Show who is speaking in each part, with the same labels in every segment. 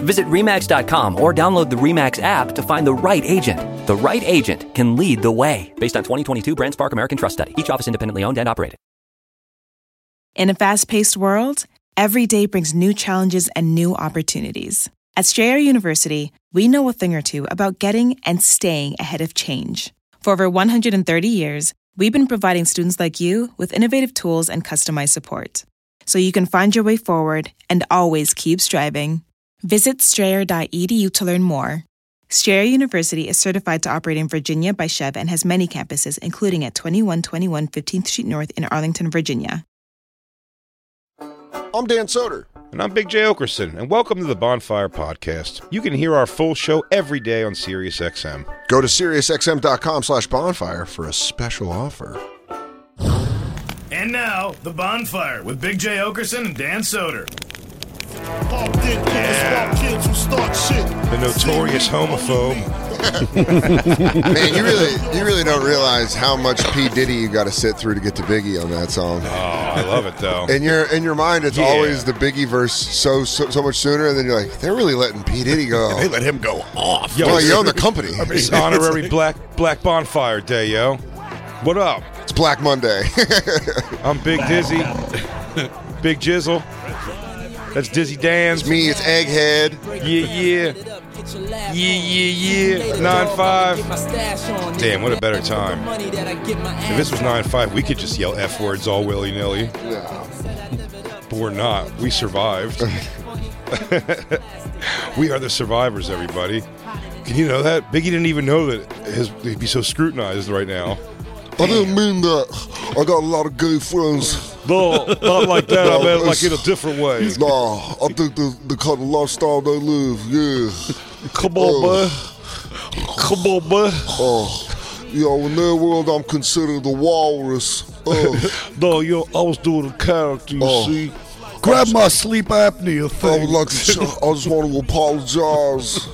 Speaker 1: Visit REMAX.com or download the REMAX app to find the right agent. The right agent can lead the way. Based on 2022 Brand Spark American Trust Study, each office independently owned and operated.
Speaker 2: In a fast paced world, every day brings new challenges and new opportunities. At Strayer University, we know a thing or two about getting and staying ahead of change. For over 130 years, we've been providing students like you with innovative tools and customized support. So you can find your way forward and always keep striving. Visit strayer.edu to learn more. Strayer University is certified to operate in Virginia by Chev and has many campuses, including at 2121 15th Street North in Arlington, Virginia.
Speaker 3: I'm Dan Soder.
Speaker 4: And I'm Big J. Okerson, and welcome to the Bonfire Podcast. You can hear our full show every day on SiriusXM.
Speaker 3: Go to SiriusXM.com slash bonfire for a special offer.
Speaker 5: And now, The Bonfire with Big J. Okerson and Dan Soder.
Speaker 6: Bumped in, yeah. kids who start shit.
Speaker 4: The notorious homophobe.
Speaker 3: Man, you really you really don't realize how much P. Diddy you gotta sit through to get to Biggie on that song.
Speaker 4: Oh, I love it though.
Speaker 3: In your in your mind it's
Speaker 4: Yeah.
Speaker 3: always the Biggie verse so, so so much sooner, and then you're like, they're really letting P. Diddy go. they let him go off. Yo, well, you own the company.
Speaker 4: It's honorary Black Black Bonfire Day, yo. What up?
Speaker 3: It's Black Monday.
Speaker 4: I'm Big Dizzy, Big Jizzle. That's Dizzy Dan's.
Speaker 3: it's me, it's Egghead.
Speaker 4: Yeah, yeah, yeah, yeah, yeah. Nine five. Damn, what a better time. If this was nine five, we could just yell f words all willy nilly.
Speaker 3: No.
Speaker 4: But we're not. We survived. we are the survivors, everybody. Can you know that? Biggie didn't even know that his, he'd be so scrutinized right now.
Speaker 3: I didn't mean that. I got a lot of gay friends.
Speaker 4: No, not like that.
Speaker 3: I meant like in a
Speaker 4: different way.
Speaker 3: Nah, I think the, the kind of lifestyle they live, yeah.
Speaker 4: Come
Speaker 3: on, bud.
Speaker 4: oh. Come on, bud.
Speaker 3: Oh, you know, in their world, I'm considered the walrus. Uh,
Speaker 4: No, yo, I was doing a character, you
Speaker 3: Oh.
Speaker 4: see.
Speaker 6: Grab my sleep
Speaker 4: Oh,
Speaker 6: apnea
Speaker 3: I
Speaker 6: thing.
Speaker 3: would like to. I just want to apologize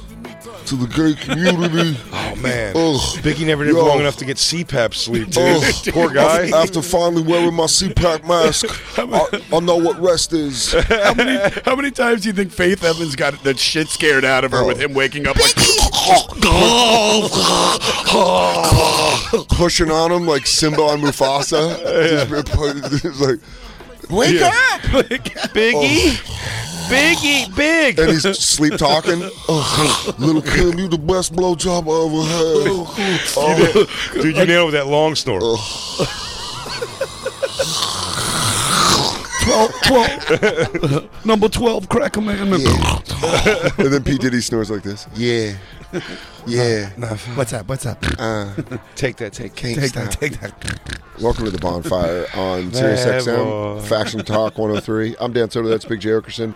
Speaker 3: to the gay community.
Speaker 4: Oh, man.
Speaker 3: Ugh.
Speaker 4: Biggie never lived
Speaker 3: Yo.
Speaker 4: long enough to get CPAP sleep, dude.
Speaker 3: Ugh.
Speaker 4: Poor guy.
Speaker 3: Uh, Af- After finally wearing my CPAC mask, I, I know what rest is.
Speaker 6: how, many, how many times do you think Faith Evans got that shit scared out of her
Speaker 3: Oh.
Speaker 6: with him waking up like?
Speaker 3: Pushing on him like Simba on Mufasa. Just, it's like, wake up!
Speaker 4: Biggie. Oh. Biggie. Big.
Speaker 3: And he's sleep talking. Ugh. Little Kim, you the best blowjob I ever had. Oh,
Speaker 4: Dude, you nailed it with that long snore.
Speaker 6: Number twelve, crack a man.
Speaker 3: and then P Diddy snores like this. Yeah, yeah.
Speaker 6: What's up? What's up?
Speaker 4: Take that, take
Speaker 3: Can't
Speaker 6: take
Speaker 3: stop.
Speaker 6: that. Take that.
Speaker 3: Welcome to the bonfire on SiriusXM
Speaker 4: boy.
Speaker 3: Faction Talk 103. I'm Dan Soto. That's Big J Okerson.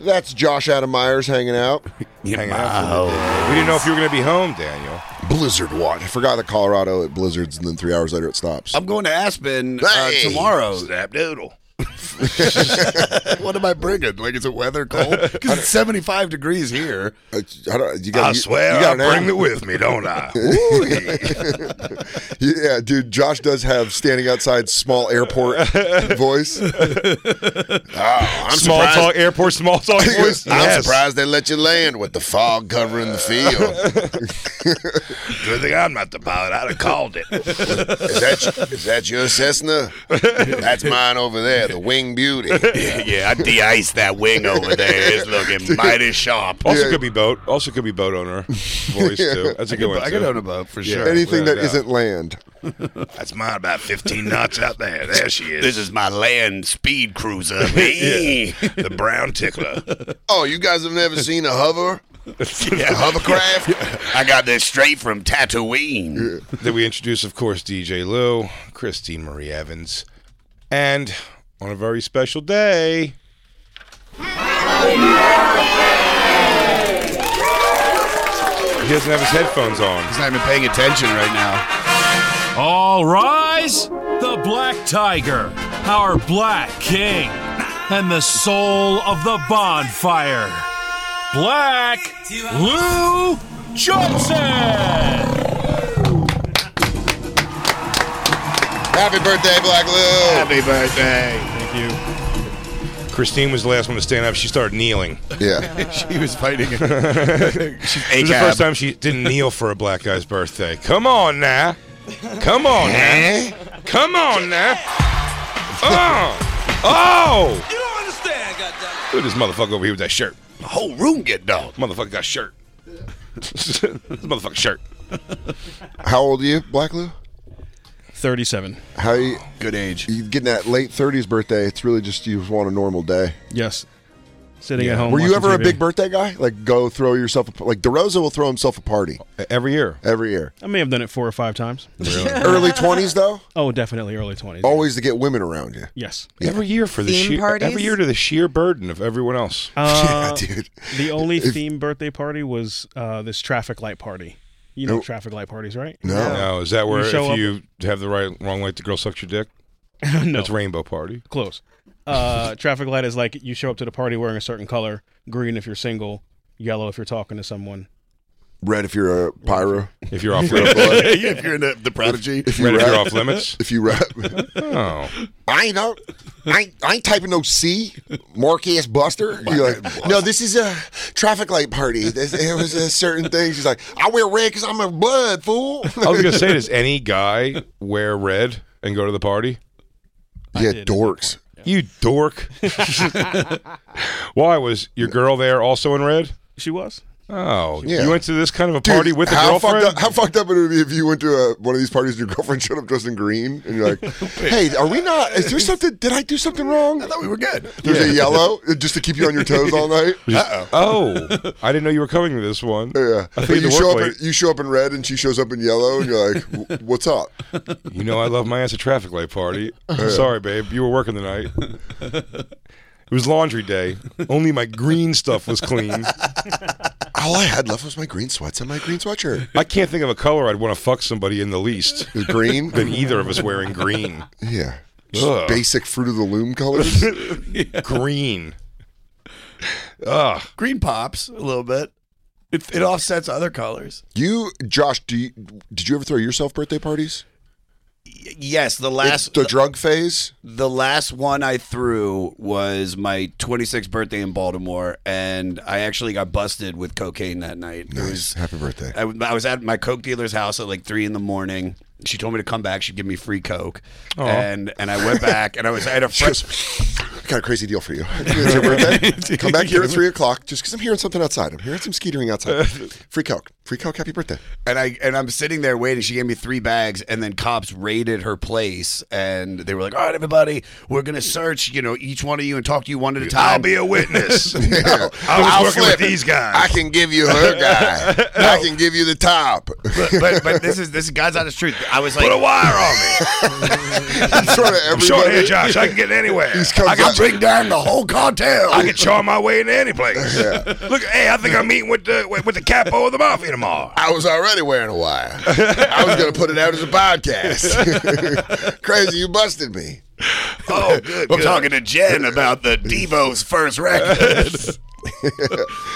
Speaker 3: That's Josh Adam Myers hanging out.
Speaker 4: Hanging out for the day. We didn't know if you were going to be home, Daniel.
Speaker 3: Blizzard watch. I forgot that Colorado it blizzards, and then three hours later it stops.
Speaker 6: I'm going to Aspen uh,
Speaker 3: Hey.
Speaker 6: tomorrow. Snap noodle. what am I bringing? Like it's a weather cold because it's 75 degrees here.
Speaker 3: I, I don't, you got, you, you got an app?
Speaker 6: with me, don't I?
Speaker 3: Yeah, dude. Josh does have standing outside small airport voice.
Speaker 6: Oh, I'm
Speaker 4: small
Speaker 6: surprised-
Speaker 4: talk, airport small talk voice. Yes.
Speaker 6: they let you land with the fog covering the field. Good thing I'm not the pilot. I'd have called it. is, that, is that your Cessna? That's mine over there, the Wing Beauty. yeah, I de-iced that wing over there. It's looking mighty sharp.
Speaker 4: Also could be boat. Also could be boat owner. Voice too. That's a good one.
Speaker 6: I
Speaker 4: too.
Speaker 6: could own a boat for sure.
Speaker 3: Anything
Speaker 4: yeah,
Speaker 3: that
Speaker 4: yeah.
Speaker 3: not land.
Speaker 6: That's mine about 15 knots out there. There she is. This is my land speed cruiser. The brown tickler.
Speaker 3: Oh, you guys have never seen a hover?
Speaker 6: Yeah. Hovercraft? I got this straight from Tatooine.
Speaker 4: Then we introduce, of course, DJ Lou, Christine Marie Evans, and on a very special day. He doesn't have his headphones on.
Speaker 6: He's not even paying attention right now.
Speaker 5: All rise.
Speaker 7: The Black Tiger, our Black King, and the soul of the bonfire, Black Lou Johnson.
Speaker 8: Happy birthday, Black Lou. Happy birthday.
Speaker 4: Thank you. Christine was the last one to stand up. She started kneeling.
Speaker 8: Yeah.
Speaker 9: she was fighting it. She's
Speaker 4: It was the first time she didn't kneel for a black guy's birthday. Come on now. Come on now. Come on now. Oh. Oh. You don't understand, Look at this motherfucker over here with that shirt.
Speaker 9: The whole room get down.
Speaker 4: Motherfucker got shirt. this motherfucker shirt.
Speaker 3: How old are you, Black Lou?
Speaker 6: 37.
Speaker 3: How you,
Speaker 9: Good age.
Speaker 3: you getting that late 30s birthday? It's really just you just want a normal day.
Speaker 6: Yes. Sitting at home.
Speaker 3: Were you
Speaker 6: watching
Speaker 3: ever a
Speaker 6: TV.
Speaker 3: big birthday guy? Like, go throw yourself a, like DeRosa will throw himself a party
Speaker 4: Every year.
Speaker 3: every year.
Speaker 6: I may have done it four or five times.
Speaker 3: Early 20s though,
Speaker 6: Oh, definitely early 20s.
Speaker 3: always to get women around you.
Speaker 6: Yes.
Speaker 4: Every year for the
Speaker 10: Theme
Speaker 4: sheer
Speaker 10: parties?
Speaker 4: every year to the sheer burden of everyone else.
Speaker 6: Uh,
Speaker 3: yeah, dude.
Speaker 6: The only theme birthday party was uh, this traffic light party. You know
Speaker 3: Nope.
Speaker 6: traffic light parties, right?
Speaker 3: No.
Speaker 4: No, is that where
Speaker 6: You
Speaker 4: if
Speaker 6: show up-
Speaker 4: you have the right wrong light, the girl sucks your dick?
Speaker 6: no.
Speaker 4: That's rainbow party.
Speaker 6: Close. Uh, traffic light is like you show up to the party wearing a certain color, green if you're single, yellow if you're talking to someone.
Speaker 3: Red if you're a pyro.
Speaker 4: If you're off
Speaker 3: You're a
Speaker 4: limits,
Speaker 3: boy.
Speaker 9: if you're in the, the prodigy.
Speaker 3: If
Speaker 4: Red
Speaker 3: you
Speaker 4: if you're
Speaker 3: rap,
Speaker 4: off limits.
Speaker 3: if you rap,
Speaker 4: Oh,
Speaker 3: I ain't know. I ain't, I ain't typing no C, Marquez Buster. You're like, no, this is a traffic light party. This- It was a certain thing. She's like, I wear red because I'm a blood fool.
Speaker 4: I was gonna say, does any guy wear red and go to the party?
Speaker 3: yeah, dorks.
Speaker 4: You dork. Why was your girl there also in red?
Speaker 6: She was.
Speaker 4: Oh,
Speaker 3: Yeah.
Speaker 4: you went to this kind of a party
Speaker 3: Dude,
Speaker 4: with a
Speaker 3: how
Speaker 4: girlfriend.
Speaker 3: Fucked up, how fucked up would it be if you went to a, one of these parties and your girlfriend showed up dressed in green and you're like, hey, are we not? Is there something? Did I do something wrong?
Speaker 9: I thought we were good.
Speaker 3: There's a yellow uh, just to keep you on your toes all night.
Speaker 4: Just- oh, I didn't know you were coming to this one.
Speaker 3: Yeah,
Speaker 4: I
Speaker 3: but
Speaker 4: think
Speaker 3: you
Speaker 4: you
Speaker 3: show up.
Speaker 4: work
Speaker 3: In,
Speaker 4: late.
Speaker 3: you show up in red, and she shows up in yellow, and you're like, "W- "What's up?"
Speaker 4: You know, I love my ass at traffic light party. Sorry, babe, you were working tonight. It was laundry day. Only my green stuff was clean.
Speaker 3: All I had left was my green sweats and my green sweatshirt.
Speaker 4: I can't think of a color I'd want to fuck somebody in the least
Speaker 3: The green,
Speaker 4: than either of us wearing green.
Speaker 3: yeah, Just
Speaker 4: Ugh.
Speaker 3: basic fruit of the loom colors.
Speaker 4: Green. Ugh.
Speaker 9: Green pops a little bit. It, it offsets other colors.
Speaker 3: you, Josh, do you, did you ever throw yourself birthday parties?
Speaker 9: Y- yes, the
Speaker 3: It's
Speaker 9: last
Speaker 3: the drug phase.
Speaker 9: The last one I threw was my 26th birthday in Baltimore, and I actually got busted with cocaine that night. It was,
Speaker 3: Happy birthday.
Speaker 9: I, I was at my coke dealer's house at like three in the morning. She told me to come back. She'd give me free coke, and and I went back, and I was I had a
Speaker 3: She
Speaker 9: friend.
Speaker 3: goes, I got a crazy deal for you. It's your birthday. Come back here at three o'clock, just because I'm hearing something outside. I'm hearing some skeetering outside. Free coke, free coke. Happy birthday.
Speaker 9: and I and I'm sitting there waiting. She gave me three bags, and then cops raided her place, and they were like, "All right, everybody, we're gonna search, you know, each one of you and talk to you one at a time." I'll be a witness.
Speaker 3: Yeah.
Speaker 9: I was
Speaker 3: I'll
Speaker 9: working with
Speaker 3: flip it.
Speaker 9: these guys.
Speaker 3: I can give you her guy. I can give you the top.
Speaker 9: but, but but this is this is God's honest truth. I was like, put a wire on me.
Speaker 3: In front of everybody.
Speaker 9: Josh. I can get anywhere.
Speaker 3: He's comes
Speaker 9: I can
Speaker 3: up-
Speaker 9: bring down the whole cartel. I can charm my way into any place. Look, hey, I think I'm meeting with the with the capo of the mafia tomorrow.
Speaker 3: I was already wearing a wire. I was going to put it out as a podcast. Crazy, you busted me.
Speaker 9: Oh, good. I'm talking to Jen about the Devo's first record.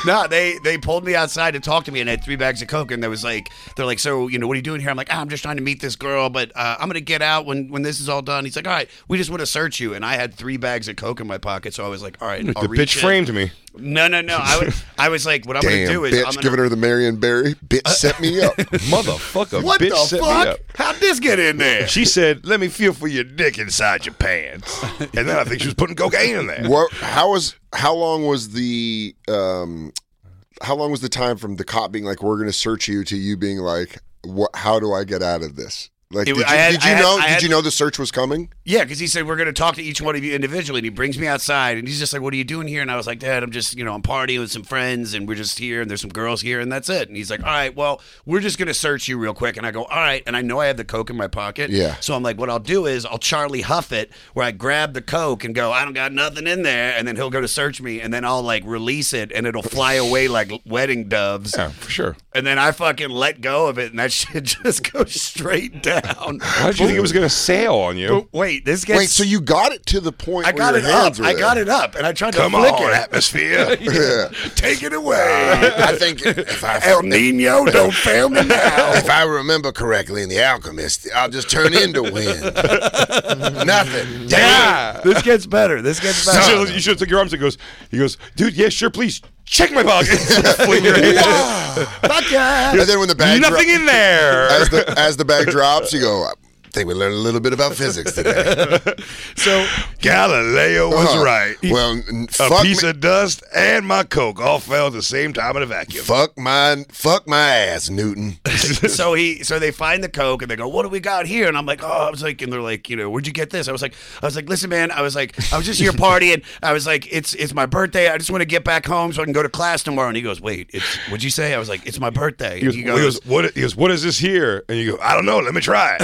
Speaker 9: no, they they pulled me outside to talk to me, and I had three bags of coke, and they was like, they're like, so you know, what are you doing here? I'm like, ah, I'm just trying to meet this girl, but uh, I'm gonna get out when when this is all done. He's like, all right, we just want to search you, and I had three bags of coke in my pocket, so I was like, all right, I'll
Speaker 4: The
Speaker 9: reach
Speaker 4: bitch
Speaker 9: in.
Speaker 4: framed me.
Speaker 9: No, no, no. I was, I was like, what I'm
Speaker 3: Damn,
Speaker 9: gonna do is
Speaker 3: bitch,
Speaker 9: I'm gonna,
Speaker 3: giving her the Marion Barry. Bitch set me up.
Speaker 4: Motherfucker,
Speaker 9: what
Speaker 4: bitch
Speaker 9: the
Speaker 4: set me
Speaker 9: fuck?
Speaker 4: up.
Speaker 9: How'd this get in there?
Speaker 4: She said, "Let me feel for your dick inside your pants," and then I think she was putting cocaine in there.
Speaker 3: what, how was? How long was the? Um, how long was the time from the cop being like, "We're going to search you" to you being like, "What? How do I get out of this?" Like, did
Speaker 9: It was-
Speaker 3: you,
Speaker 9: I had-
Speaker 3: did you
Speaker 9: I had-
Speaker 3: know?
Speaker 9: I
Speaker 3: Did
Speaker 9: had-
Speaker 3: you know the search was coming?
Speaker 9: Yeah, because he said we're going to talk to each one of you individually, and he brings me outside, and he's just like, "What are you doing here?" And I was like, "Dad, I'm just, you know, I'm partying with some friends, and we're just here, and there's some girls here, and that's it." And he's like, "All right, well, we're just going to search you real quick." And I go, "All right," and I know I have the coke in my pocket,
Speaker 3: Yeah.
Speaker 9: So I'm like, "What I'll do is I'll Charlie Huff it, where I grab the coke and go, I don't got nothing in there," and then he'll go to search me, and then I'll like release it, and it'll fly away like wedding doves,
Speaker 4: Yeah, for sure.
Speaker 9: and then I fucking let go of it, and that shit just goes straight down. down.
Speaker 4: Why did you think it was going to sail on you?
Speaker 9: But wait, this gets.
Speaker 3: Wait, so you got it to the point
Speaker 9: I
Speaker 3: where
Speaker 9: got
Speaker 3: your
Speaker 9: it up.
Speaker 3: hands were
Speaker 9: I got
Speaker 3: there.
Speaker 9: it up, and I tried
Speaker 6: Come
Speaker 9: to flick
Speaker 6: on,
Speaker 9: it.
Speaker 6: atmosphere.
Speaker 3: Yeah.
Speaker 9: Take it away.
Speaker 6: I think if I,
Speaker 9: El Nino, don't fail me now.
Speaker 6: if I remember correctly in The Alchemist, I'll just turn into wind. Nothing.
Speaker 4: Yeah.
Speaker 9: This gets better. This gets
Speaker 4: You
Speaker 9: better.
Speaker 4: should, you should take your arms and goes. He goes, dude. Yeah, sure. Please check my pockets. Fling your hand.
Speaker 9: Fuck yeah.
Speaker 3: And then when the bag dro-
Speaker 4: Nothing in there.
Speaker 3: as the as the bag drops, you go. I think we learned a little bit about physics today.
Speaker 11: So
Speaker 4: Galileo
Speaker 3: Uh-huh. Well, n-
Speaker 4: A
Speaker 3: fuck
Speaker 4: piece
Speaker 3: me-
Speaker 4: of dust and my coke all fell at the same time in a vacuum.
Speaker 3: Fuck my fuck my ass, Newton.
Speaker 9: so he so they find the coke and they go what do we got here and i'm like oh i was like and they're like you know where'd you get this i was like i was like listen man i was like i was just here partying i was like it's it's my birthday i just want to get back home so i can go to class tomorrow and he goes wait it's what'd you say i was like it's my birthday
Speaker 4: He goes,
Speaker 9: he
Speaker 4: well, he
Speaker 9: goes
Speaker 4: goes, what, he goes, what is this here? And you go, I don't know. Let me try it.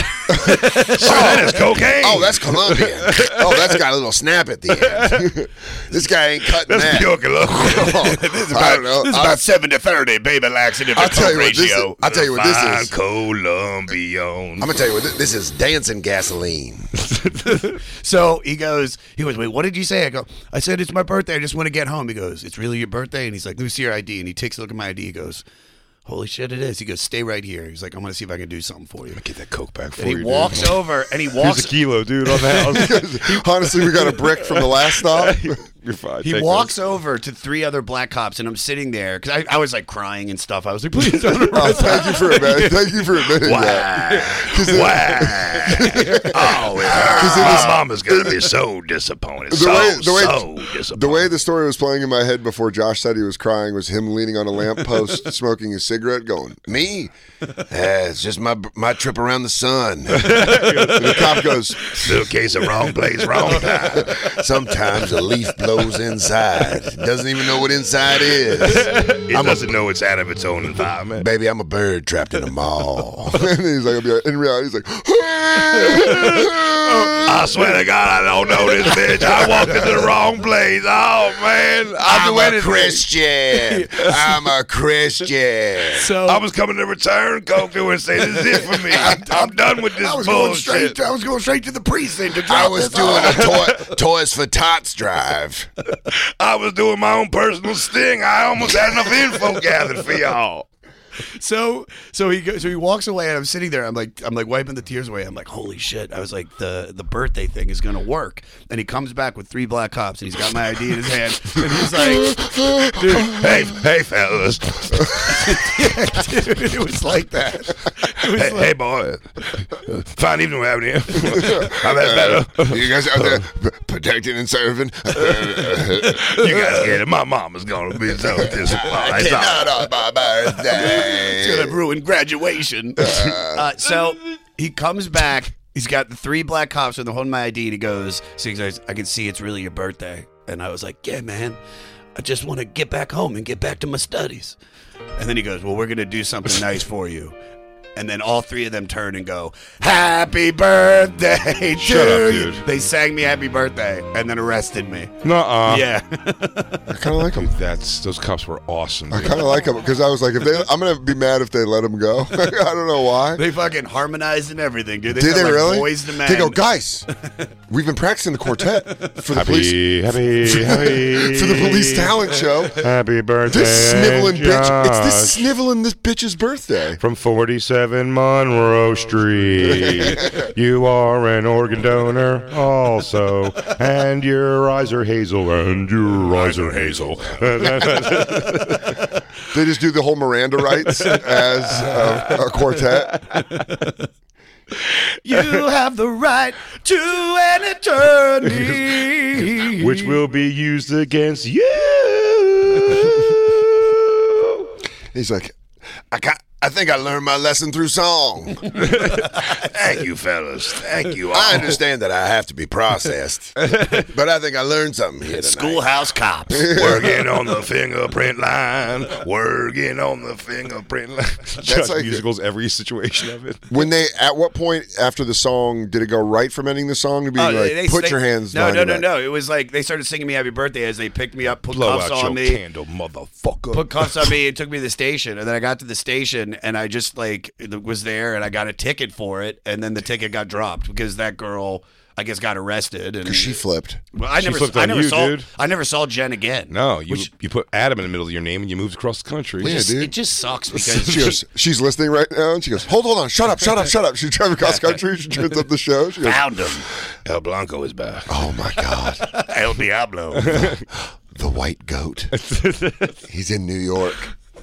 Speaker 4: so that is cocaine.
Speaker 3: Oh, that's Colombian. Oh, that's got a little snap at the end. this guy ain't cutting
Speaker 4: That's
Speaker 3: that.
Speaker 4: Yorkie loco.
Speaker 3: this is I don't know.
Speaker 6: This is
Speaker 3: I-
Speaker 6: about 70 30, baby. Laxative
Speaker 3: I'll
Speaker 6: to
Speaker 3: tell
Speaker 6: coke
Speaker 3: you what this
Speaker 6: ratio.
Speaker 3: is- I'll tell you what this
Speaker 6: Fine
Speaker 3: is.
Speaker 6: Colombian.
Speaker 3: I'm gonna tell you what. thi- This is dancing gasoline.
Speaker 9: so he goes he goes wait what did you say i go i said it's my birthday i just want to get home he goes it's really your birthday and he's like let me see your id and he takes a look at my id he goes Holy shit, it is. He goes, stay right here. He's like, I'm going to see if I can do something for you.
Speaker 4: Get that coke back for
Speaker 9: And
Speaker 4: you.
Speaker 9: he
Speaker 4: dude.
Speaker 9: walks over and he
Speaker 4: Here's
Speaker 9: walks
Speaker 4: a kilo, dude, on the
Speaker 3: Honestly, we got a brick from the last stop.
Speaker 4: house. You're fine.
Speaker 9: He
Speaker 4: Take
Speaker 9: walks
Speaker 4: those.
Speaker 9: over to three other black cops, and I'm sitting there because I, I was like crying and stuff. I was like, please don't arrest
Speaker 3: Oh, thank you for a minute. Thank you for admitting that.
Speaker 6: Why? Why? oh, my mama's gonna be so disappointed.
Speaker 3: The
Speaker 6: So,
Speaker 3: way, the, way,
Speaker 6: so
Speaker 3: the
Speaker 6: disappointed.
Speaker 3: way the story was playing in my head before Josh said he was crying was him leaning on a lamppost, smoking a cigarette, going,
Speaker 6: me? Eh, it's just my my trip around the sun.
Speaker 3: and the cop goes,
Speaker 6: Suitcase of wrong place, wrong time. Sometimes a leaf blows inside. Doesn't even know what inside is.
Speaker 4: It doesn't know it's out of its own environment.
Speaker 6: Baby, I'm a bird trapped in a mall.
Speaker 3: and he's like, in reality, he's like,
Speaker 6: Oh, I swear to God, I don't know this bitch. I walked into the wrong place. Oh man,
Speaker 3: I'm
Speaker 6: I'll do
Speaker 3: a
Speaker 6: anything.
Speaker 3: Christian. I'm a Christian.
Speaker 9: So
Speaker 6: I was coming to return coke to her and say, "This is it for me. I'm, I'm done with this
Speaker 9: I was going
Speaker 6: bullshit."
Speaker 9: straight. I was going straight to the precinct. To drop
Speaker 3: I was
Speaker 9: this
Speaker 3: doing a
Speaker 9: off.
Speaker 3: toy, Toys for Tots drive.
Speaker 6: I was doing my own personal sting. I almost had enough info gathered for y'all.
Speaker 9: so so he goes, so he walks away, and I'm sitting there. I'm like I'm like wiping the tears away. I'm like, holy shit! I was like the the birthday thing is gonna work. And he comes back with three black cops, and he's got my ID in his hand, and he's like,
Speaker 6: Hey, hey, fellas.
Speaker 9: dude, it was like that. It was
Speaker 6: Hey,
Speaker 9: like-
Speaker 6: hey, boy. Fine evening we're having here. I've had better.
Speaker 3: Uh, You guys out there p- protecting and serving?
Speaker 6: You guys get it. My mama's gonna be so disappointed.
Speaker 3: Cannot on my
Speaker 9: It's
Speaker 3: birthday.
Speaker 9: gonna ruin graduation. Uh, so he comes back. He's got the three black cops and they're holding my ID, and he goes, "Six eyes, I can see it's really your birthday." And I was like, "Yeah, man, I just want to get back home and get back to my studies." And then he goes, "Well, we're gonna do something nice for you." And then all three of them turn and go, "Happy birthday!"
Speaker 4: Shut
Speaker 9: to
Speaker 4: up,
Speaker 9: you."
Speaker 4: dude.
Speaker 9: They sang me "Happy Birthday" and then arrested me.
Speaker 3: Uh.
Speaker 4: Nuh-uh.
Speaker 9: yeah,
Speaker 3: I kind of like him.
Speaker 4: Dude, that's those cops were awesome.
Speaker 3: I
Speaker 4: dude.
Speaker 3: kind of like him because I was like, if they, I'm gonna be mad if they let him go. I don't know why.
Speaker 9: they fucking harmonized and everything, dude. They
Speaker 3: Did
Speaker 9: sound
Speaker 3: they
Speaker 9: like
Speaker 3: really?
Speaker 9: Boys to men.
Speaker 3: They go, guys. We've been practicing the quartet for the police
Speaker 4: happy, happy, happy
Speaker 3: for the police talent show.
Speaker 4: Happy birthday,
Speaker 3: This sniveling bitch. It's
Speaker 4: Josh.
Speaker 3: this sniveling this bitch's birthday.
Speaker 4: From 47
Speaker 3: Oh,
Speaker 4: Monroe Street. you are an organ donor also. And your eyes are hazel. And your eyes are hazel.
Speaker 3: They just do the whole Miranda rights as a, a quartet.
Speaker 9: You have the right to an attorney.
Speaker 4: which will be used against you.
Speaker 3: He's like,
Speaker 6: I, ca- I think I learned my lesson through song. Thank you, fellas. Thank you all. I understand that I have to be processed, but I think I learned something here tonight.
Speaker 9: Schoolhouse cops.
Speaker 6: Working on the fingerprint line. Working on the fingerprint line.
Speaker 3: That's
Speaker 4: That's
Speaker 3: like-
Speaker 4: like musicals every situation of it.
Speaker 3: when they at what point after the song did it go right from ending the song to being like, put your hands
Speaker 9: Oh, No,
Speaker 3: behind
Speaker 9: no,
Speaker 3: your
Speaker 9: no,
Speaker 3: back?
Speaker 9: no. It was like they started singing me "Happy Birthday" as they picked me up, put
Speaker 4: Blow
Speaker 9: cuffs
Speaker 4: out your
Speaker 9: on me,
Speaker 4: candle, motherfucker.
Speaker 9: put cuffs on me, and took me to the station. And then I got to the station, Austin, and I just like was there, and I got a ticket for it, and then the ticket got dropped because that girl, I guess, got arrested, and
Speaker 12: she flipped.
Speaker 9: Well, I
Speaker 4: She
Speaker 9: never,
Speaker 4: flipped
Speaker 9: I
Speaker 4: on
Speaker 9: never
Speaker 4: you,
Speaker 9: saw,
Speaker 4: dude.
Speaker 9: I never saw Jen again.
Speaker 4: No, you you put Adam in the middle of your name and you moved across the country.
Speaker 9: Which is- It just sucks because
Speaker 3: she goes, she's listening right now, and she goes, "Hold, hold on, shut up, shut up, shut up." She's driving across country. She turns up the show. She goes,
Speaker 12: Found him.
Speaker 4: El Blanco is back.
Speaker 3: Oh my God,
Speaker 9: El Diablo,
Speaker 3: the white goat. He's in New York.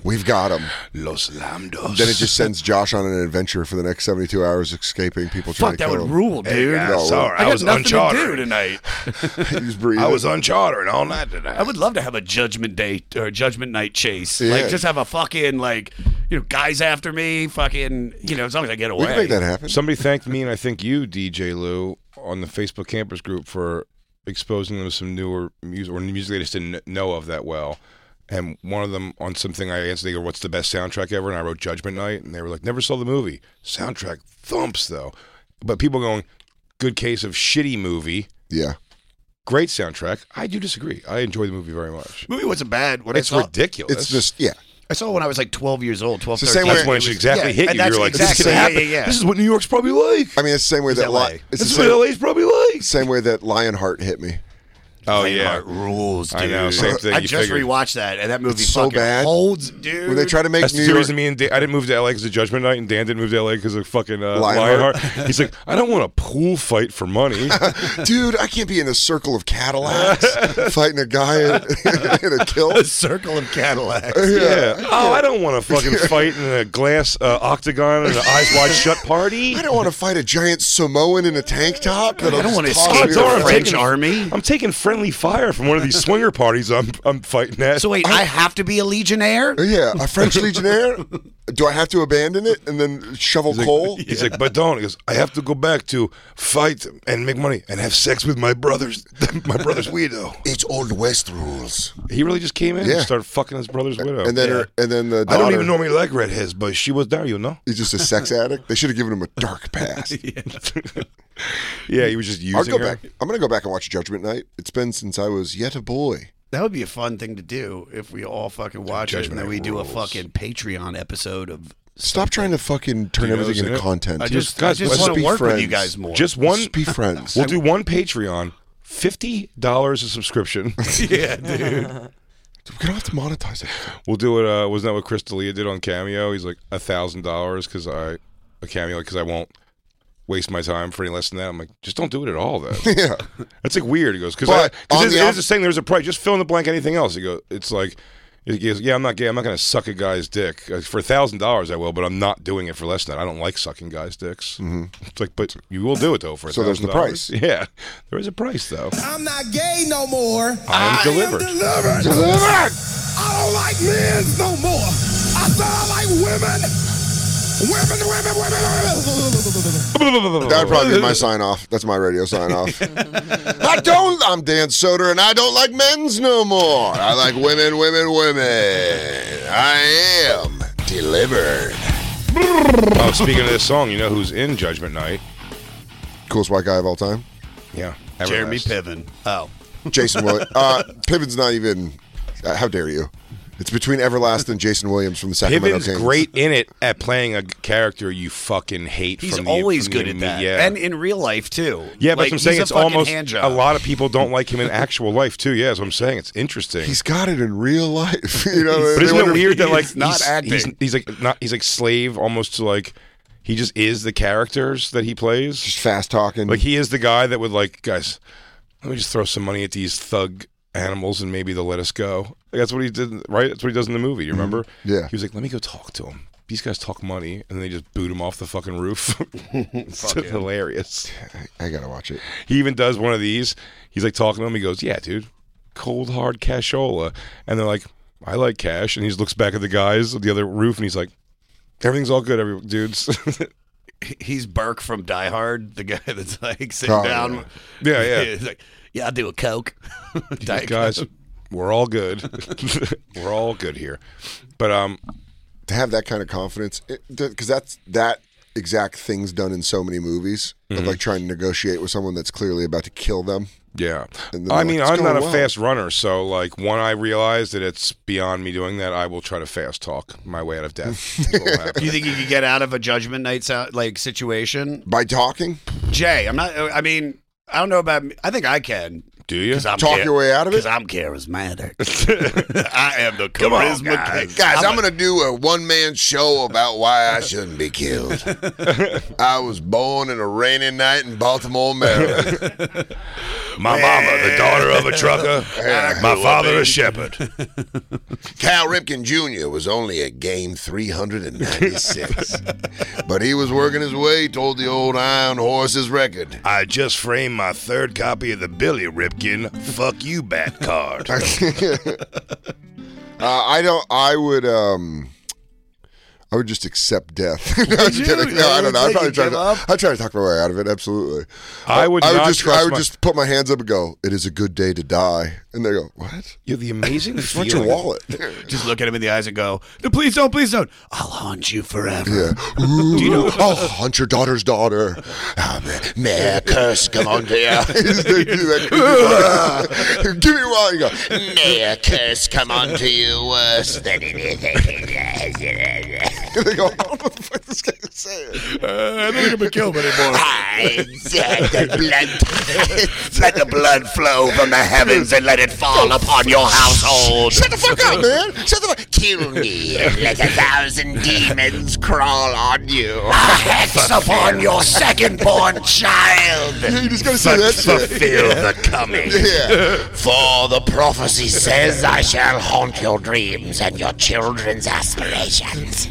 Speaker 3: We've got him.
Speaker 4: Los Lambdos.
Speaker 3: Then it just sends Josh on an adventure for the next seventy-two hours, escaping people trying
Speaker 4: Fuck,
Speaker 3: to
Speaker 4: that
Speaker 3: kill
Speaker 4: would
Speaker 3: him.
Speaker 4: rule, Hey, dude. guys,
Speaker 3: No, it
Speaker 4: sorry,
Speaker 3: wouldn't.
Speaker 4: I I got was nothing to uncharted. do
Speaker 9: tonight.
Speaker 3: He was breathing.
Speaker 4: I was on chartering all night tonight.
Speaker 9: I would love to have a judgment day or judgment night chase.
Speaker 3: Yeah.
Speaker 9: Like just have a fucking like you know guys after me, fucking you know as long as I get away.
Speaker 4: Somebody thanked me and I think you, DJ Lou, on the Facebook campers group for exposing them to some newer music or music they just didn't know of that well. And one of them on something I answered, they go, "What's the best soundtrack ever?" And I wrote Judgment Night, and they were like, "Never saw the movie." Soundtrack thumps though, but people going, "Good case of shitty movie."
Speaker 3: Yeah.
Speaker 4: Great soundtrack. I do disagree. I enjoy the movie very much.
Speaker 9: Movie wasn't bad. When I
Speaker 4: it's
Speaker 9: saw-
Speaker 4: ridiculous.
Speaker 9: It's
Speaker 3: just yeah.
Speaker 9: I saw when I was like 12 years old, 12,
Speaker 3: It's the same
Speaker 9: 13.
Speaker 3: way
Speaker 4: That's when it should exactly
Speaker 9: Yeah,
Speaker 4: hit
Speaker 9: and
Speaker 4: you.
Speaker 9: that's
Speaker 4: You're like,
Speaker 9: exactly-
Speaker 4: this,
Speaker 9: yeah,
Speaker 4: is
Speaker 9: yeah, yeah.
Speaker 4: this is what New York's probably like.
Speaker 3: I mean, it's the same way that
Speaker 4: LA.
Speaker 3: Li- it's
Speaker 4: This is
Speaker 3: the
Speaker 4: what
Speaker 3: same-
Speaker 4: LA's probably like.
Speaker 3: Same way that Lionheart hit me.
Speaker 4: Oh
Speaker 9: Lionheart rules. Dude.
Speaker 4: I know. Same thing.
Speaker 9: I
Speaker 4: you
Speaker 9: just
Speaker 4: figured.
Speaker 9: rewatched that, and that movie
Speaker 4: It's so
Speaker 9: fucking
Speaker 4: bad.
Speaker 9: holds, dude.
Speaker 3: When they try to make
Speaker 4: That's
Speaker 3: New
Speaker 4: the
Speaker 3: York-
Speaker 4: reason me and Dan, I didn't move to LA because of Judgment Night, and Dan didn't move to LA because of fucking uh,
Speaker 3: Lionheart.
Speaker 4: Lionheart. He's like, I don't want a pool fight for money.
Speaker 3: Dude, I can't be in a circle of Cadillacs fighting a guy in, in a kilt.
Speaker 9: A circle of Cadillacs.
Speaker 4: Yeah. Oh, I don't want to fucking fight in a glass uh, octagon and an eyes wide shut party.
Speaker 3: I don't want to fight a giant Samoan in a tank top. That'll
Speaker 9: don't wanna
Speaker 3: just toss
Speaker 9: escape
Speaker 3: me
Speaker 9: the
Speaker 3: around.
Speaker 9: French army.
Speaker 4: I'm taking friendly fire from one of these swinger parties I'm I'm fighting at.
Speaker 9: So wait, I have to be a legionnaire?
Speaker 3: Yeah, a French Legionnaire. Do I have to abandon it and then shovel
Speaker 4: He's like-
Speaker 3: coal?
Speaker 4: He's like, but don't. He goes, I have to go back to fight and make money and have sex with my brother's my brother's widow.
Speaker 3: It's old West rules.
Speaker 4: He really just came in
Speaker 3: Yeah.
Speaker 4: and started fucking his brother's widow.
Speaker 3: And then, her, and then the
Speaker 4: I don't even
Speaker 3: daughter-
Speaker 4: normally like redheads, but she was there, you know.
Speaker 3: He's just a sex addict. They should have given him a dark pass.
Speaker 4: Yeah, he was just using
Speaker 3: I'll go
Speaker 4: her.
Speaker 3: back. I'm gonna go back and watch Judgment Night. It's been since I was yet a boy.
Speaker 9: That would be a fun thing to do if we all fucking watch it, and
Speaker 3: Judgment
Speaker 9: then
Speaker 3: Night
Speaker 9: we do
Speaker 3: rules.
Speaker 9: a fucking Patreon episode of.
Speaker 3: Stop trying to fucking turn
Speaker 4: He knows
Speaker 3: everything into
Speaker 4: it.
Speaker 3: content.
Speaker 9: I just- I just
Speaker 3: let's
Speaker 9: wanna
Speaker 3: be
Speaker 9: work with you
Speaker 3: friends.
Speaker 9: guys more.
Speaker 4: Just one.
Speaker 3: Let's be friends.
Speaker 4: We'll do one Patreon. Fifty dollars a subscription.
Speaker 9: yeah, dude.
Speaker 3: We're gonna have to monetize it.
Speaker 4: We'll do it. Uh, wasn't that what Chris D'Elia did on Cameo? He's like a thousand dollars because I a Cameo because I won't waste my time for any less than that. I'm like, just don't do it at all. Though.
Speaker 3: yeah.
Speaker 4: That's like weird. He goes because
Speaker 3: But on
Speaker 4: because
Speaker 3: the
Speaker 4: there's
Speaker 3: off-
Speaker 4: this thing. There's a price. Just fill in the blank. Anything else? He goes. It's like. He goes, yeah, I'm not gay. I'm not going to suck a guy's dick Uh, for a thousand dollars. I will, but I'm not doing it for less than that. I don't like sucking guys' dicks. It's like, but you will do it though for.
Speaker 3: Mm-hmm. So there's the
Speaker 4: $1,000. Yeah, there is a price though.
Speaker 13: I'm not gay no more.
Speaker 4: I am delivered.
Speaker 13: delivered.
Speaker 4: Delivered.
Speaker 13: I don't like men no more. I said I like women. Women, women, women, women.
Speaker 3: That would probably be my sign off. That's my radio sign off. I don't. I'm Dan Soder, and I don't like men's no more. I like women, women, women. I am delivered.
Speaker 4: oh, speaking of this song, you know who's in Judgment Night?
Speaker 3: Coolest white guy of all time.
Speaker 4: Yeah,
Speaker 9: Jeremy
Speaker 4: Everlast.
Speaker 9: Piven. Oh,
Speaker 3: Jason Williams. Uh, Piven's not even. Uh, how dare you? It's between Everlast and Jason Williams from the Sacramento
Speaker 4: Piven's
Speaker 3: Kings.
Speaker 4: great in it at playing a character you fucking hate.
Speaker 9: he's
Speaker 4: from the-
Speaker 9: always
Speaker 4: from the
Speaker 9: good at
Speaker 4: imme-
Speaker 9: that,
Speaker 4: Yeah.
Speaker 9: and in real life too.
Speaker 4: yeah, but
Speaker 9: Like,
Speaker 4: I'm saying
Speaker 9: he's
Speaker 4: it's
Speaker 9: a fucking
Speaker 4: almost
Speaker 9: hand
Speaker 4: a
Speaker 9: job.
Speaker 4: lot of people don't like him in actual life too. Yeah, that's what I'm saying. It's interesting.
Speaker 3: He's got it in real life. You know,
Speaker 4: but
Speaker 3: they
Speaker 4: isn't it
Speaker 3: wonder-
Speaker 4: weird that like
Speaker 9: He's not
Speaker 4: he's,
Speaker 9: acting.
Speaker 4: He's, he's, like not he's like slave almost to like he just is the characters that he plays.
Speaker 3: Just fast talking.
Speaker 4: Like he is the guy that would like guys. Let me just throw some money at these thug animals and maybe they'll let us go. Like, that's what he did, right? That's what he does in the movie. You remember?
Speaker 3: Mm-hmm. Yeah.
Speaker 4: He was like, "Let me go talk to him." These guys talk money, and then they just boot him off the fucking roof. it's so hilarious.
Speaker 3: I gotta watch it.
Speaker 4: He even does one of these. He's like talking to him. He goes, "Yeah, dude, cold hard cashola," and they're like, "I like cash." And he just looks back at the guys at the other roof, and he's like, "Everything's all good, every dudes."
Speaker 9: He's Burke from Die Hard, the guy that's like sitting
Speaker 3: Oh,
Speaker 9: down.
Speaker 4: yeah, yeah.
Speaker 9: He's like, yeah, I'll do a coke. Diet
Speaker 4: guys,
Speaker 9: Coke.
Speaker 4: we're all good. we're all good here. But um,
Speaker 3: To have that kind of confidence, because that's that exact things done in so many movies of
Speaker 4: Mhm.
Speaker 3: like trying to negotiate with someone that's clearly about to kill them.
Speaker 4: Yeah.
Speaker 3: And then
Speaker 4: I
Speaker 3: they're
Speaker 4: mean,
Speaker 3: like, "It's
Speaker 4: I'm not
Speaker 3: going
Speaker 4: a
Speaker 3: well."
Speaker 4: fast runner, so like when I realize that it's beyond me doing that, I will try to fast talk my way out of death.
Speaker 9: Do you think you could get out of a judgment night sou- like situation
Speaker 3: by talking?
Speaker 9: Jay, I'm not. I mean, I don't know about. I think I can.
Speaker 4: Do you
Speaker 3: Talk your way out of it?
Speaker 9: Because I'm charismatic. I am the
Speaker 3: Come on,
Speaker 9: charisma
Speaker 3: guys.
Speaker 9: king.
Speaker 3: Guys, I'm
Speaker 9: a-
Speaker 3: gonna do a one man show about why I shouldn't be killed. I was born in a rainy night in Baltimore, Maryland.
Speaker 4: My mama, the daughter of a trucker.
Speaker 3: My
Speaker 4: father, a
Speaker 3: shepherd. Cal Ripken Jr. was only at game 396, but he was working his way toward the old Iron Horse's record.
Speaker 12: I just framed my third copy of the Billy Ripkin "Fuck You" bat card.
Speaker 3: Uh, I don't. I would. um I would just accept death. no, I'm just
Speaker 12: you?
Speaker 3: kidding. No, I don't know.
Speaker 12: You
Speaker 3: I probably
Speaker 12: think
Speaker 3: try
Speaker 12: you
Speaker 3: to.
Speaker 12: give
Speaker 3: I try to talk my way out of it. Absolutely.
Speaker 4: I would
Speaker 3: I would
Speaker 4: not
Speaker 3: just. I
Speaker 4: trust
Speaker 3: would
Speaker 4: my-
Speaker 3: just put my hands up and go. It is a good day to die. And they go. What?
Speaker 4: You're the amazing.
Speaker 3: It's not your
Speaker 4: feeling.
Speaker 3: wallet.
Speaker 9: just look at him in the eyes and go, no, please don't, please don't. I'll haunt you forever.
Speaker 3: Yeah. Ooh, I'll haunt Oh, your daughter's daughter. Ah, may- may a curse come onto your eyes. They do that creepy voice. Give me one. You go.
Speaker 12: May a curse come onto you worse than anything.
Speaker 3: they go. I don't know what the fuck this guy is saying. uh,
Speaker 9: I don't think I'm a kill anymore.
Speaker 12: the blood, let the blood flow from the heavens and let it fall upon your household.
Speaker 3: Shut the fuck up, man. Shut the fuck.
Speaker 12: Kill me and let a thousand demons crawl on you. A hex upon your second-born child.
Speaker 3: Yeah, you just gotta say that shit.
Speaker 12: Fulfill the coming.
Speaker 3: Yeah.
Speaker 12: For the prophecy says, I shall haunt your dreams and your children's aspirations.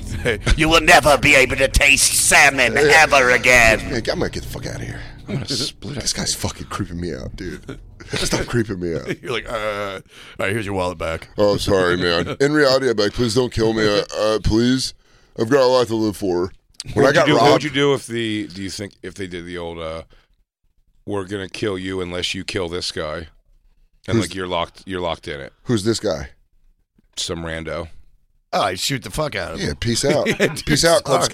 Speaker 12: You will never be able to taste salmon ever again.
Speaker 3: Man, I'm gonna get the fuck out of here. I'm gonna split this guy's fucking creeping me out, dude. Stop creeping me out.
Speaker 9: You're like, uh, all right, here's your wallet back.
Speaker 3: Oh, sorry, man. In reality, I'm like, please don't kill me, uh, uh, please. I've got a lot to live for. When
Speaker 4: What
Speaker 3: I
Speaker 4: would you
Speaker 3: got
Speaker 4: do- What would
Speaker 3: robbed,
Speaker 4: you do if the? Do you think if they did the old? uh We're gonna kill you unless you kill this guy, and
Speaker 3: Who's-
Speaker 4: like you're locked. You're locked in it.
Speaker 3: who's this guy?
Speaker 4: Some rando.
Speaker 9: Oh, I shoot the fuck out of him.
Speaker 3: Yeah, peace out.
Speaker 9: Yeah, dude,
Speaker 3: peace out, clubs.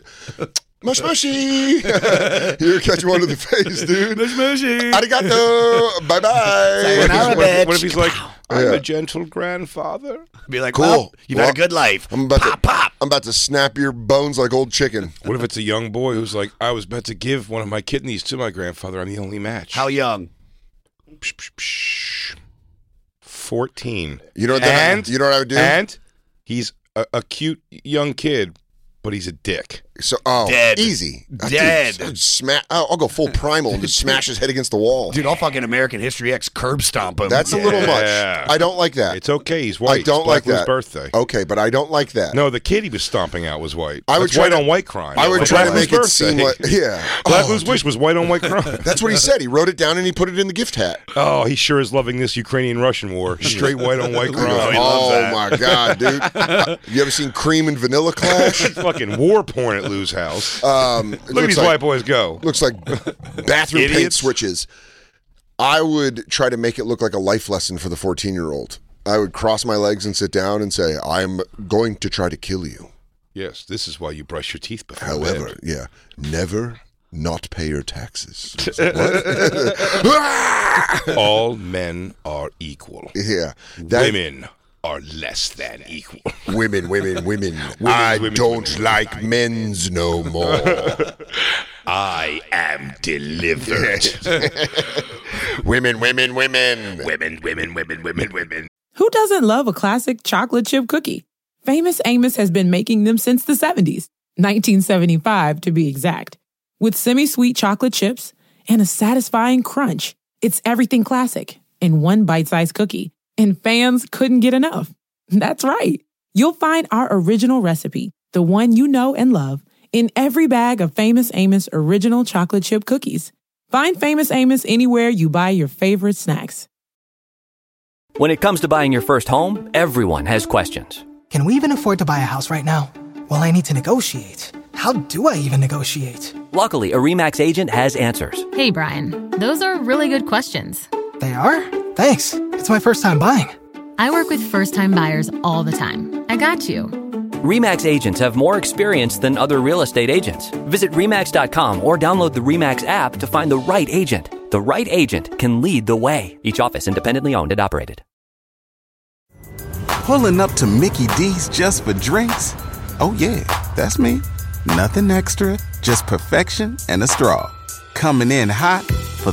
Speaker 3: Mush mushy. Here, catch you one in the face, dude.
Speaker 9: Mush mushy.
Speaker 3: Arigato. Bye
Speaker 4: What
Speaker 3: bye.
Speaker 4: if he's- what if- what if he's like, I'm
Speaker 3: Yeah.
Speaker 4: a gentle grandfather?
Speaker 9: Be like,
Speaker 3: Cool.
Speaker 9: well, you've
Speaker 3: Well,
Speaker 9: had a good life.
Speaker 3: I'm about
Speaker 9: pop,
Speaker 3: to.
Speaker 9: pop.
Speaker 3: I'm about to snap your bones like old chicken.
Speaker 4: What if it's a young boy who's like, I was about to give one of my kidneys to my grandfather. I'm the only match.
Speaker 9: How young?
Speaker 4: 14.
Speaker 3: You know what? That,
Speaker 4: And
Speaker 3: you know what I would do?
Speaker 4: And he's a, a cute young kid, but he's a dick.
Speaker 3: So, oh,
Speaker 9: Dead.
Speaker 3: easy. Uh, dude,
Speaker 9: Dead.
Speaker 3: dude, sma- oh, I'll, I'll go full primal and just smash his head against the wall.
Speaker 9: Dude, I'll fucking American History X curb stomp him.
Speaker 3: That's a little much.
Speaker 4: Yeah.
Speaker 3: I don't like that.
Speaker 4: It's okay. He's white.
Speaker 3: I don't
Speaker 4: It's
Speaker 3: like
Speaker 4: Black Lou's
Speaker 3: that. Oh,
Speaker 4: birthday.
Speaker 3: Okay, but I don't like that.
Speaker 4: No, the kid he was stomping out was white.
Speaker 3: I would
Speaker 4: That's
Speaker 3: try
Speaker 4: white
Speaker 3: to-
Speaker 4: on white crime.
Speaker 3: I would
Speaker 4: That's
Speaker 3: try to
Speaker 4: Black
Speaker 3: make it
Speaker 4: Lou's
Speaker 3: seem like
Speaker 4: birthday.
Speaker 3: yeah.
Speaker 4: Black
Speaker 3: Oh,
Speaker 4: Lou's wish was white on white crime.
Speaker 3: That's what he said. He wrote it down and he put it in the gift hat.
Speaker 4: oh, he sure is loving this Ukrainian Russian war. Straight white on white
Speaker 3: oh
Speaker 4: crime.
Speaker 3: my god, dude! you ever seen Cream and Vanilla Clash?
Speaker 4: Fucking war porn at Lou's house.
Speaker 3: Um, it
Speaker 4: Look at
Speaker 3: looks
Speaker 4: these
Speaker 3: like-
Speaker 4: white boys go.
Speaker 3: looks like bathroom paint
Speaker 4: Idiots.
Speaker 3: switches. I would try to make it look like a life lesson for the 14 year old. I would cross my legs and sit down and say, I'm going to try to kill you.
Speaker 4: Yes, this is why you brush your teeth before
Speaker 3: However,
Speaker 4: bed.
Speaker 3: yeah, never not pay your taxes.
Speaker 4: all men are equal.
Speaker 3: yeah. That,
Speaker 4: Women are less than equal.
Speaker 3: women, women, women. I
Speaker 4: women,
Speaker 3: don't like men's no more.
Speaker 12: I am delivered.
Speaker 3: women, women, women.
Speaker 12: women, women, women, women, women.
Speaker 14: Who doesn't love a classic chocolate chip cookie? Famous Amos has been making them since the 70s, 1975 to be exact, with semi sweet chocolate chips and a satisfying crunch. It's everything classic in one bite sized cookie, and fans couldn't get enough. That's right. You'll find our original recipe, the one you know and love, in every bag of Famous Amos original chocolate chip cookies. Find Famous Amos anywhere you buy your favorite snacks.
Speaker 1: When it comes to buying your first home, everyone has questions.
Speaker 15: Can we even afford to buy a house right now? Well, I need to negotiate. How do I even negotiate?
Speaker 1: Luckily, a REMAX agent has answers.
Speaker 16: Hey, Brian, those are really good questions.
Speaker 15: They are? Thanks. It's my first time buying.
Speaker 16: I work with first time buyers all the time. I got you.
Speaker 1: REMAX agents have more experience than other real estate agents. Visit REMAX.com or download the REMAX app to find the right agent. The right agent can lead the way. Each office independently owned and operated.
Speaker 17: Pulling up to Mickey D's just for drinks? Oh, yeah, that's me. Nothing extra, just perfection and a straw. Coming in hot for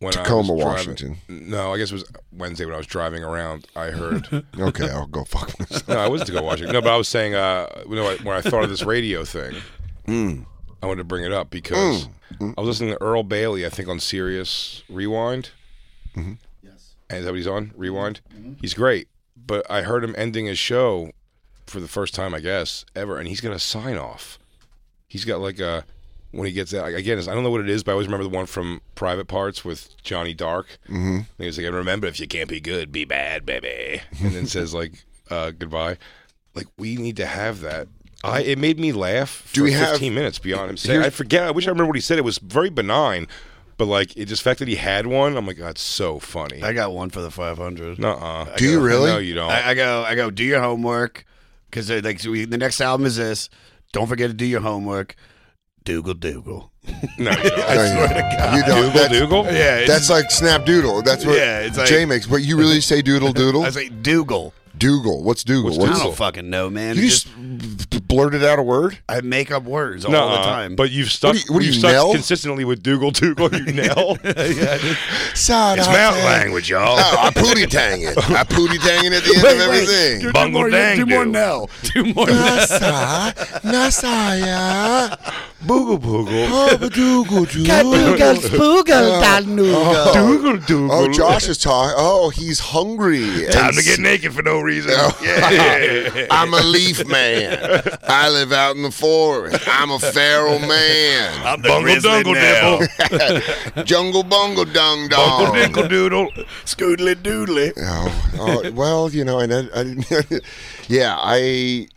Speaker 4: when
Speaker 3: Tacoma,
Speaker 4: I was driving-
Speaker 3: Washington.
Speaker 4: No, I guess it was Wednesday when I was driving around. I heard.
Speaker 3: Okay, I'll go fuck myself.
Speaker 4: no, I was to go Washington. No, but I was saying, uh, you know, I- when I thought of this radio thing, I wanted to bring it up
Speaker 3: Mm,
Speaker 4: because I was listening to Earl Bailey, I think, on Sirius Rewind.
Speaker 3: Mhm.
Speaker 4: Yes. And is that what he's on? Rewind. He's great, but I heard him ending his show for the first time, I guess, ever, and he's got a sign off. He's got like a when he gets out again. it's- I don't know what it is, but I always remember the one from Private Parts with Johnny Dark.
Speaker 3: Mhm.
Speaker 4: And He was like, and remember, if you can't be good, be bad, baby. And then says like, uh, goodbye. Like we need to have that. I it made me laugh.
Speaker 3: Do
Speaker 4: for
Speaker 3: we have-
Speaker 4: 15 minutes beyond him saying?
Speaker 3: Here's-
Speaker 4: I forget. I wish I remember what he said. It was very benign, but like it just fact that he had one. I'm like, that's so funny. I
Speaker 9: got one for the 500.
Speaker 4: Nuh-uh.
Speaker 9: I
Speaker 4: Do
Speaker 9: go,
Speaker 4: you really? No, you don't.
Speaker 9: I, I go. I go. Do your homework because like so we, the next album is this. Don't forget to do your homework. Doogle doogle.
Speaker 4: No,
Speaker 9: I swear to God.
Speaker 3: You don't. That's-
Speaker 9: Yeah, it's-
Speaker 3: that's like snapdoodle. That's what
Speaker 9: Yeah, it's like-
Speaker 3: Jay makes. But you really say doodle doodle?
Speaker 9: I say Dougal.
Speaker 3: Dougal. What's Dougal? What's,
Speaker 9: I don't fucking know, man.
Speaker 3: You
Speaker 9: It
Speaker 3: just, blurted out a word.
Speaker 9: I make up words all
Speaker 4: Nuh-uh.
Speaker 9: the time.
Speaker 4: But you've stuck.
Speaker 9: What do you- what do
Speaker 4: you've
Speaker 9: you,
Speaker 4: stuck
Speaker 9: Nell?
Speaker 4: consistently with Dougal Dougal. You nail.
Speaker 3: Side
Speaker 4: It's
Speaker 3: eye
Speaker 4: mouth
Speaker 3: tang.
Speaker 4: language, y'all.
Speaker 3: Oh, I pooty tang it. I pooty tang it at the end
Speaker 9: Wait,
Speaker 3: of
Speaker 9: wait.
Speaker 3: everything.
Speaker 9: Do Bungle more- dang do more do. now. Do more
Speaker 3: Nasa, Nasaya,
Speaker 4: Boogle Boogle.
Speaker 9: Oh,
Speaker 3: Hobadoogle Doo.
Speaker 13: Kadoogles,
Speaker 3: Oh.
Speaker 13: boogles, dalnoogle.
Speaker 3: Doogle
Speaker 4: Doogle.
Speaker 3: Oh, Josh is talking. Oh, he's hungry.
Speaker 9: Time
Speaker 3: And
Speaker 9: to get
Speaker 3: s-
Speaker 9: naked for no reason.
Speaker 3: Yeah. I'm a leaf man. I live out in the forest. I'm a feral man.
Speaker 9: I'm the Bungle grizzly dungle
Speaker 3: now. Jungle bungle dung dong.
Speaker 9: Bungle dinkle doodle. Scoodly doodly.
Speaker 3: Oh, oh, well, you know, and I, I didn't- yeah, I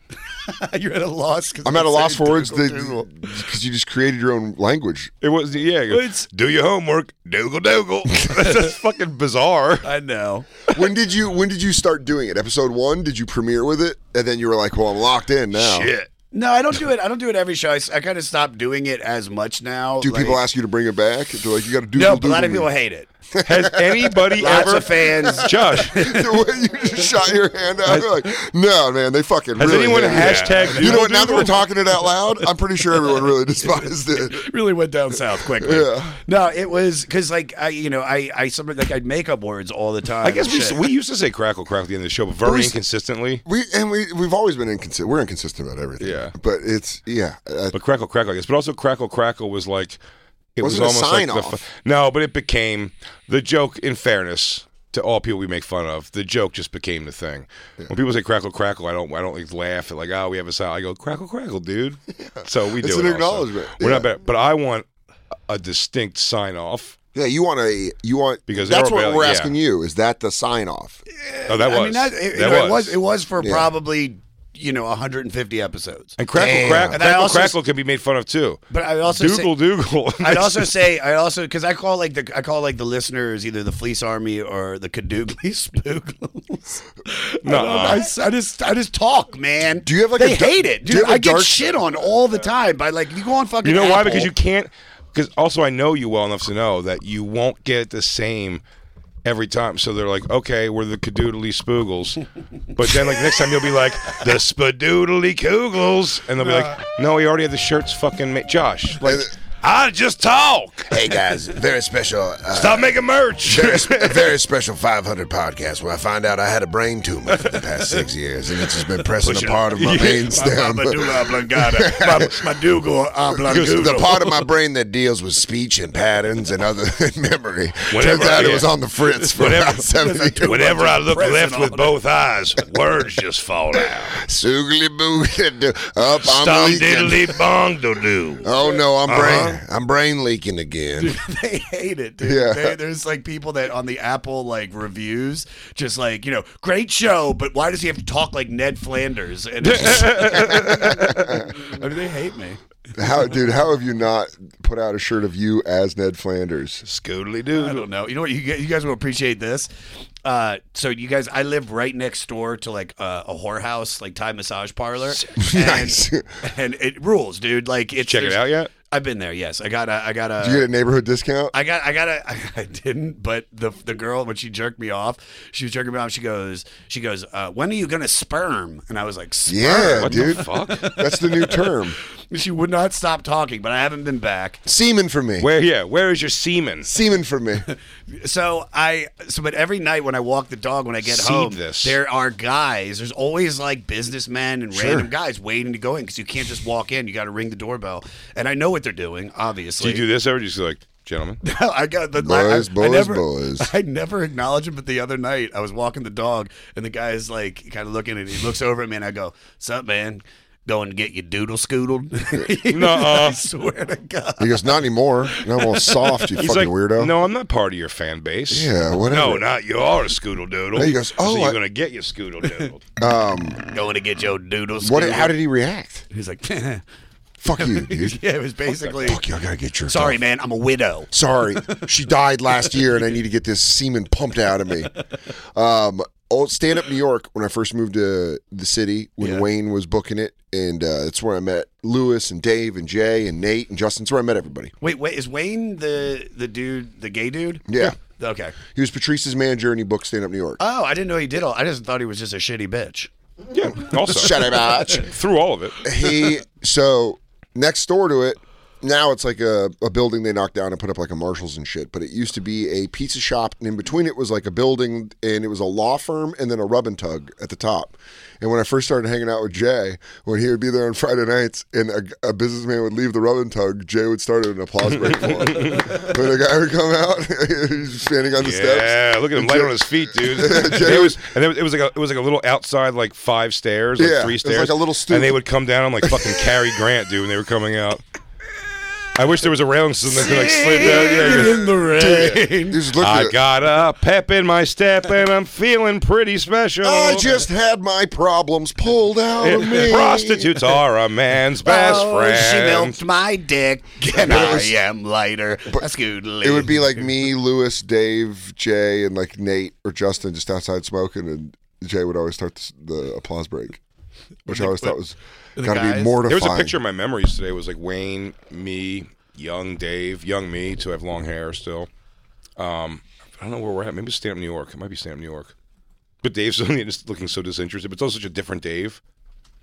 Speaker 9: You're at a loss. 'cause
Speaker 3: Oh. I'm at a
Speaker 9: I'm
Speaker 3: loss
Speaker 9: saying
Speaker 3: for words
Speaker 9: Dougal
Speaker 3: because you just created your own language.
Speaker 4: It was yeah. it goes, do your homework, Dougal Dougal. That's just fucking bizarre.
Speaker 9: I know.
Speaker 3: When did you When did you start doing it? Episode one? Did you premiere with it, and then you were like, "Well, I'm locked in now."
Speaker 9: Shit. No, I don't do it. I don't do it every show. I, kind of stopped doing it as much now.
Speaker 3: Do
Speaker 9: like-
Speaker 3: people ask you to bring it back? They're like, "You got to do."
Speaker 9: No, but a lot of people hate it.
Speaker 4: Has anybody
Speaker 9: Lots
Speaker 4: ever
Speaker 9: of fans.
Speaker 4: Josh,
Speaker 3: the way you just shot your hand out, you're like, no, man, they fucking.
Speaker 4: Has
Speaker 3: really
Speaker 4: anyone
Speaker 3: hate it."
Speaker 4: hashtagged
Speaker 3: You know what? Now that
Speaker 4: Doodle
Speaker 3: we're
Speaker 4: Doodle?
Speaker 3: talking it out loud, I'm pretty sure everyone really despised it.
Speaker 9: really went down south quickly.
Speaker 3: Yeah.
Speaker 9: No, it was because like I, you know, I, I, some, like I'd make up words all the time.
Speaker 4: I guess we,
Speaker 9: Shit.
Speaker 4: we used to say crackle crackle at the end of the show, but
Speaker 3: But
Speaker 4: very
Speaker 3: we-
Speaker 4: inconsistently.
Speaker 3: We and we we've always been inconsistent. We're inconsistent about everything.
Speaker 4: Yeah.
Speaker 3: but it's yeah. Uh,
Speaker 4: But crackle crackle, I guess. But also crackle crackle was like it
Speaker 3: Wasn't
Speaker 4: was
Speaker 3: a
Speaker 4: almost like
Speaker 3: sign-off.
Speaker 4: the fu- no, but it became the joke. In fairness to all people we make fun of, the joke just became the thing. When people say crackle crackle, I don't I don't like laugh at like oh we have a sound. I go crackle crackle, dude. So we do
Speaker 3: It's an
Speaker 4: it also.
Speaker 3: acknowledgement.
Speaker 4: We're not
Speaker 3: Yeah.
Speaker 4: better, but I want a distinct sign off.
Speaker 3: yeah, you want a you want
Speaker 4: Because
Speaker 3: that's
Speaker 4: they were
Speaker 3: what
Speaker 4: really-
Speaker 3: we're
Speaker 4: yeah.
Speaker 3: asking you. Is that the sign off?
Speaker 4: Oh, that was
Speaker 9: I mean, that, it, you
Speaker 4: that
Speaker 9: know,
Speaker 4: was.
Speaker 9: it was it was for
Speaker 3: Yeah.
Speaker 9: probably you know 150 episodes.
Speaker 4: And crackle
Speaker 9: Damn.
Speaker 4: crackle
Speaker 9: And I
Speaker 4: crackle,
Speaker 9: also-
Speaker 4: crackle can be made fun of too.
Speaker 9: But I would also say-
Speaker 4: Dougal Dougal.
Speaker 9: I'd also say I also because I call like the I call like the listeners either the Fleece Army or the Kadoogly Spoogles.
Speaker 4: No,
Speaker 9: I, s- I just I just talk, man.
Speaker 3: Do you have like
Speaker 9: they
Speaker 3: a dar-
Speaker 9: hate it,
Speaker 3: do you
Speaker 9: dude?
Speaker 3: have a
Speaker 9: I get
Speaker 3: dark-
Speaker 9: shit on all the time by like you go on fucking.
Speaker 4: You know why?
Speaker 9: Apple.
Speaker 4: Because you can't. Because also, I know you well enough to know that you won't get the same every time. So they're like, okay, we're the cadoodly spoogles, but then like next time you'll be like the spadoodly koogles, Uh. and they'll be like, no, we already had the shirts fucking made. Josh, like.
Speaker 12: I just talk. Hey guys, very special. Uh,
Speaker 4: Stop making merch.
Speaker 12: very, sp- very special 500 podcast where I find out I had a brain tumor for the past six years, and it's just been pressing
Speaker 4: Pushing
Speaker 12: a part of my
Speaker 4: up. Yeah,
Speaker 12: brain
Speaker 4: my-
Speaker 12: stem.
Speaker 4: my medulla oblongata. My- my dugal oblongudo.
Speaker 12: The part of my brain that deals with speech and patterns and other memory.
Speaker 4: Whenever
Speaker 12: Turns out
Speaker 4: I-
Speaker 12: it was on the fritz for
Speaker 4: Whenever-
Speaker 12: about seven years.
Speaker 4: whenever I look left with
Speaker 12: both eyes, words just fall out. Soogly
Speaker 3: uh,
Speaker 12: boo, up
Speaker 4: Stum
Speaker 12: I'm leaking.
Speaker 4: diddly bong do do.
Speaker 12: Oh no, I'm
Speaker 4: Uh-huh.
Speaker 12: brain, I'm brain leaking again.
Speaker 9: they hate it, dude.
Speaker 12: Yeah.
Speaker 9: They, there's like people that on the Apple like reviews, just like you know, great show, but why does he have to talk like Ned Flanders? And it's just- I mean, they hate me.
Speaker 3: How, dude? How have you not put out a shirt of you as Ned Flanders?
Speaker 9: Scoodly dude. I don't know. You know what? You guys, you guys will appreciate this. Uh, so you guys, I live right next door to like uh, a whorehouse, like Thai massage parlor.
Speaker 3: Nice.
Speaker 9: And, and it rules, dude. Like, it's,
Speaker 3: Check it
Speaker 9: there's-
Speaker 3: out yet?
Speaker 9: I've been there. Yes, I got a. I got a.
Speaker 3: Do you get a neighborhood discount?
Speaker 9: I got, I got, a, I didn't. But the the girl when she jerked me off, she was jerking me off. She goes, she goes, uh, when are you gonna sperm? And I was like, sperm?
Speaker 3: Yeah, dude. That's the new term.
Speaker 9: she would not stop talking, but I haven't been back.
Speaker 3: Semen for me.
Speaker 4: Where? Yeah. Where is your semen?
Speaker 3: Semen for me.
Speaker 9: So I, so but every night when I walk the dog, when I get
Speaker 4: Seed
Speaker 9: home,
Speaker 4: this.
Speaker 9: there are guys. There's always like businessmen and
Speaker 4: Sure.
Speaker 9: random guys waiting to go in because you can't just walk in. You got to ring the doorbell, and I know what they're doing.
Speaker 4: Do
Speaker 9: Obviously,
Speaker 4: you do this ever? Do you just like, gentlemen?
Speaker 9: No, I got the
Speaker 4: Boys,
Speaker 9: I- I,
Speaker 4: boys,
Speaker 9: I never,
Speaker 4: boys.
Speaker 9: I never acknowledge him, but the other night I was walking the dog, and the guy is like kind of looking, and he looks over at me, and I go, "Sup, man? Going to get your doodle scoodled?"
Speaker 4: Nuh-uh.
Speaker 9: I swear to God.
Speaker 3: He goes, not anymore. Now I'm all soft. You
Speaker 4: He's
Speaker 3: fucking
Speaker 4: like,
Speaker 3: weirdo.
Speaker 4: No, I'm not part of your fan base.
Speaker 3: Yeah, whatever.
Speaker 4: No, not you are a scoodle doodle.
Speaker 3: No, he goes, "Oh,
Speaker 4: so you're
Speaker 3: I-
Speaker 4: gonna get your scoodle doodle.
Speaker 3: Um,
Speaker 9: Going to get your doodle.
Speaker 3: what?
Speaker 9: scoodled.
Speaker 3: How did he react?
Speaker 9: He's like,
Speaker 3: "Fuck you, dude."
Speaker 9: Yeah, it was basically.
Speaker 3: Fuck you. I gotta get your.
Speaker 9: Sorry, man. I'm a widow.
Speaker 3: Sorry, she died last year, and I need to get this semen pumped out of me. Um, old stand up New York. When I first moved to the city, when Wayne was booking it, and uh, that's where I met Lewis and Dave and Jay and Nate and Justin. It's where I met everybody.
Speaker 9: Wait, wait. Is Wayne the the dude, the gay dude?
Speaker 3: Yeah.
Speaker 9: Okay.
Speaker 3: He was Patrice's manager, and he booked stand up New York.
Speaker 9: Oh, I didn't know he did all. I just thought he was just a shitty bitch.
Speaker 4: Yeah. Also,
Speaker 3: Shut him out.
Speaker 4: Through all of it.
Speaker 3: he so next door to it now it's like a, a building they knocked down and put up like a marshall's and shit but it used to be a pizza shop and in between it was like a building and it was a law firm and then a rub and tug at the top and when i first started hanging out with jay when he would be there on friday nights and a, a businessman would leave the rub and tug jay would start an applause break for him when a guy would come out he's standing on the steps
Speaker 4: Yeah, look at him light on his feet, dude. it was, and it was, it was like a, it was like a little outside, like five stairs, like
Speaker 3: Yeah,
Speaker 4: three
Speaker 3: it was like
Speaker 4: stairs,
Speaker 3: a little stoop.
Speaker 4: And they would come down. I'm like fucking Cary Grant, dude. When they were coming out, I wish there was a railing so they could like slid down. Yeah,
Speaker 9: in the rain.
Speaker 4: I got a pep in my step, and I'm feeling pretty special.
Speaker 3: i just had my problems pulled out of me
Speaker 4: Prostitutes are a man's best
Speaker 9: Oh,
Speaker 4: friend.
Speaker 9: She milked my dick, and
Speaker 3: But it
Speaker 9: I
Speaker 3: was-
Speaker 9: am lighter. That's good.
Speaker 3: It would be like me, Lewis, Dave, Jay, and like Nate or Justin just outside smoking, and Jay would always start the, the applause break, which I always thought was gotta be mortifying.
Speaker 4: There was a picture in my memories today. It was like Wayne, me, young Dave, young me, to have long hair still. Um, I don't know where we're at. Maybe Stamp New York. It might be Stamp New York. But Dave's only just looking so disinterested. But it's also such a different Dave.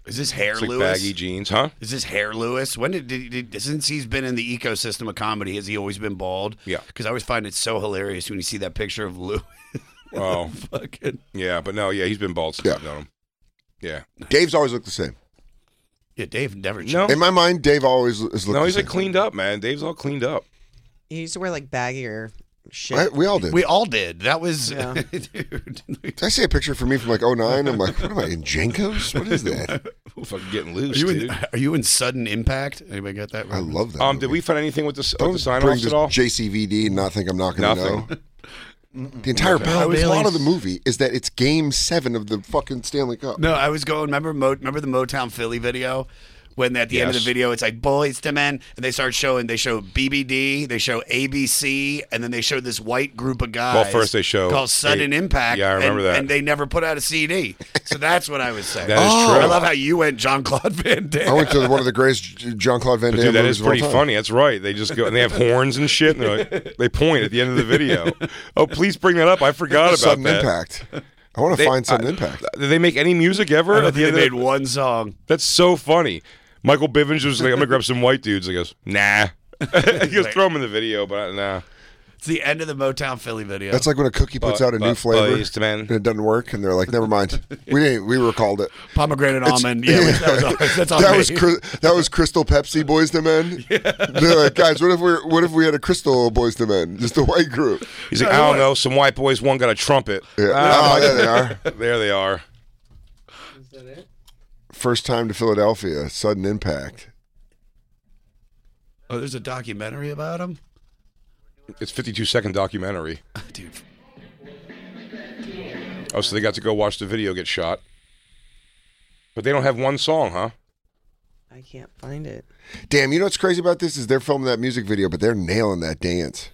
Speaker 9: Is this hair
Speaker 4: It's like
Speaker 9: Lewis?
Speaker 4: baggy jeans, huh?
Speaker 9: Is this hair Lewis? When did, did, did since he's been in the ecosystem of comedy? Has he always been bald?
Speaker 4: Yeah.
Speaker 9: Because I always find it so hilarious when you see that picture of Lewis.
Speaker 4: Oh,
Speaker 9: fucking
Speaker 4: yeah. But no, yeah, he's been bald since
Speaker 3: Yeah.
Speaker 4: I've known him. Yeah,
Speaker 3: Dave's always looked the same.
Speaker 9: yeah. Dave never.
Speaker 4: No.
Speaker 3: In my mind, Dave always is looking.
Speaker 4: No, he's like cleaned up, man. Dave's all cleaned up.
Speaker 18: You used to wear like baggier shit.
Speaker 9: We all did. That was.
Speaker 18: Yeah.
Speaker 9: dude.
Speaker 3: Did I see a picture for me from like 09? I'm like, what am I in Jenkos? What is that?
Speaker 4: Fucking getting loose,
Speaker 9: Are you,
Speaker 4: dude.
Speaker 9: in, are you in sudden impact? Anybody got that?
Speaker 3: I love that.
Speaker 4: Um, did we find anything with this with
Speaker 3: Don't
Speaker 4: the sign
Speaker 3: bring
Speaker 4: offs
Speaker 3: this
Speaker 4: at all?
Speaker 3: JCVD and not think I'm not gonna
Speaker 4: Nothing.
Speaker 3: know. The entire
Speaker 4: Okay.
Speaker 3: plot-
Speaker 4: Oh, really?
Speaker 3: plot of the movie is that it's Game Seven of the fucking Stanley Cup.
Speaker 9: No, I was going. Remember, Mo, remember the Motown Philly video. When at the end of
Speaker 3: Yes.
Speaker 9: the video, it's like boys to men, and they start showing. They show BBD, they show ABC, and then they show this white group of guys.
Speaker 4: Well, first they show
Speaker 9: called Sudden
Speaker 4: A-
Speaker 9: Impact.
Speaker 4: Yeah, I remember
Speaker 9: and,
Speaker 4: that.
Speaker 9: And they never put out a CD, so that's what I was saying.
Speaker 4: That is Oh. true.
Speaker 9: I love how you went John Claude Van Damme.
Speaker 3: I went to one of the greatest Jean Claude Van
Speaker 4: But
Speaker 3: Damme
Speaker 4: dude, that
Speaker 3: movies
Speaker 4: is
Speaker 3: of all
Speaker 4: pretty
Speaker 3: time.
Speaker 4: funny. That's right. They just go and they have horns and shit. And they're like, they point at the end of the video. Oh, please bring that up. I forgot about
Speaker 3: Sudden
Speaker 4: that.
Speaker 3: Impact. I wanna
Speaker 4: They-
Speaker 3: find Sudden
Speaker 4: I-
Speaker 3: Impact.
Speaker 4: Did they make any music ever?
Speaker 9: I don't
Speaker 4: at the
Speaker 9: think
Speaker 4: end
Speaker 9: they
Speaker 4: of
Speaker 9: made
Speaker 4: that?
Speaker 9: one song.
Speaker 4: That's so funny. Michael Bivins was like, "I'm gonna grab some white dudes." He goes, "Nah." He was throw him in the video, but uh, nah.
Speaker 9: It's the end of the Motown Philly video.
Speaker 3: That's like when a cookie puts
Speaker 4: Bu-
Speaker 3: out a
Speaker 4: bu-
Speaker 3: new flavor
Speaker 4: East Man.
Speaker 3: and it doesn't work, and they're like, "Never mind, we didn't, we recalled it."
Speaker 9: Pomegranate
Speaker 3: It's-
Speaker 9: almond. Yeah, that was ours. That's on
Speaker 3: that
Speaker 9: me.
Speaker 3: was cri- that was Crystal Pepsi Boys to Men. They're like, guys, what if we are what if we had a Crystal Boys to Men, just a white group?
Speaker 4: He's like, I don't know. Some white boys, one got a trumpet.
Speaker 3: Yeah.
Speaker 4: Ah,
Speaker 3: Oh, there they are.
Speaker 4: There they are.
Speaker 3: First time to Philadelphia, sudden impact.
Speaker 9: Oh, there's a documentary about him.
Speaker 4: It's 52 second documentary.
Speaker 9: Dude.
Speaker 4: Oh, so they got to go watch the video get shot. But they don't have one song, huh?
Speaker 18: I can't find it.
Speaker 3: Damn, you know what's crazy about this is they're filming that music video, but they're nailing that dance.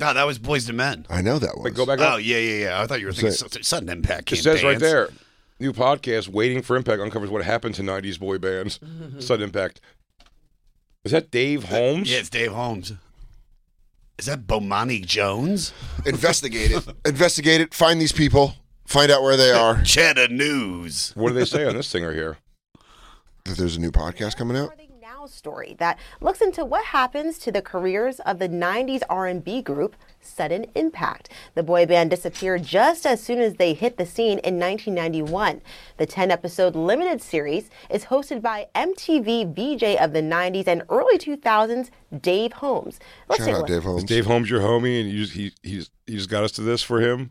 Speaker 9: No, that was Boys to Men.
Speaker 3: I know that one.
Speaker 4: Like, go back
Speaker 9: Oh
Speaker 4: up.
Speaker 9: yeah, yeah, yeah. I thought you were
Speaker 4: Say-
Speaker 9: thinking sudden, sudden impact.
Speaker 4: It
Speaker 9: can't
Speaker 4: says right
Speaker 9: dance.
Speaker 4: there, new podcast, Waiting for Impact, uncovers what happened to 90s boy bands. Sudden Impact. Is that Dave Holmes?
Speaker 9: Yeah, it's Dave Holmes. Is that Bomani Jones?
Speaker 3: Investigate it. Investigate it. Find these people. Find out where they are.
Speaker 9: Cheddar News.
Speaker 4: What do they say on this thing right here?
Speaker 3: That there's a new podcast coming out.
Speaker 10: Now story that looks into what happens to the careers of the 90s R&B group Sudden Impact. The boy band disappeared just as soon as they hit the scene in 1991. The 10-episode limited series is hosted by MTV VJ of the 90s and early 2000s, Dave Holmes. Let's take a look.
Speaker 4: Is Dave Holmes your homie, and you just, he he's he just got us to this for him.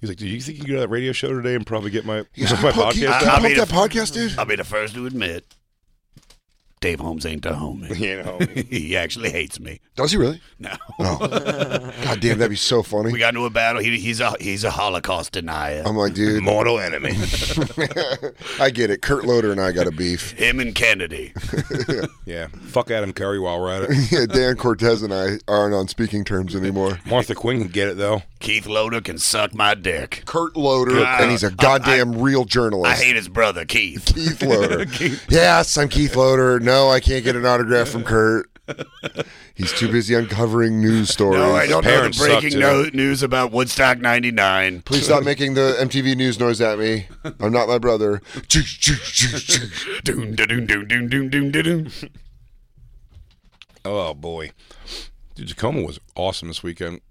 Speaker 4: He's like, do you think you can go to that radio show today and probably get my
Speaker 3: Yeah,
Speaker 4: my
Speaker 3: can you
Speaker 4: podcast?
Speaker 3: pump
Speaker 4: out?"
Speaker 3: that podcast, dude?
Speaker 9: I'll be the first to admit, Dave Holmes ain't the homie.
Speaker 4: He ain't homie.
Speaker 9: he actually hates me.
Speaker 3: Does he really?
Speaker 9: No.
Speaker 3: Oh. God damn, that'd be so funny.
Speaker 9: We got into a battle. He, he's a he's a Holocaust denier.
Speaker 4: Um,
Speaker 3: I'm like, dude.
Speaker 9: mortal enemy.
Speaker 3: I get it. Kurt Loder and I got a beef.
Speaker 9: Him and Kennedy.
Speaker 4: yeah, fuck Adam Curry while we're at it.
Speaker 3: yeah, Dan Cortez and I aren't on speaking terms anymore.
Speaker 4: Martha Quinn can get it though.
Speaker 9: Keith Loder can suck my dick.
Speaker 3: Kurt Loder, and he's a goddamn real journalist.
Speaker 9: I hate his brother Keith.
Speaker 3: Keith Loder. Yes, I'm Keith Loder. No, I can't get an autograph from Kurt. He's too busy uncovering news stories.
Speaker 9: No, I don't know the breaking no- news about Woodstock '99.
Speaker 3: Please stop making the MTV news noise at me. I'm not my brother.
Speaker 9: doom, doom, doom, doom, doom, doom, doom.
Speaker 4: Oh boy, dude, Tacoma was awesome this weekend.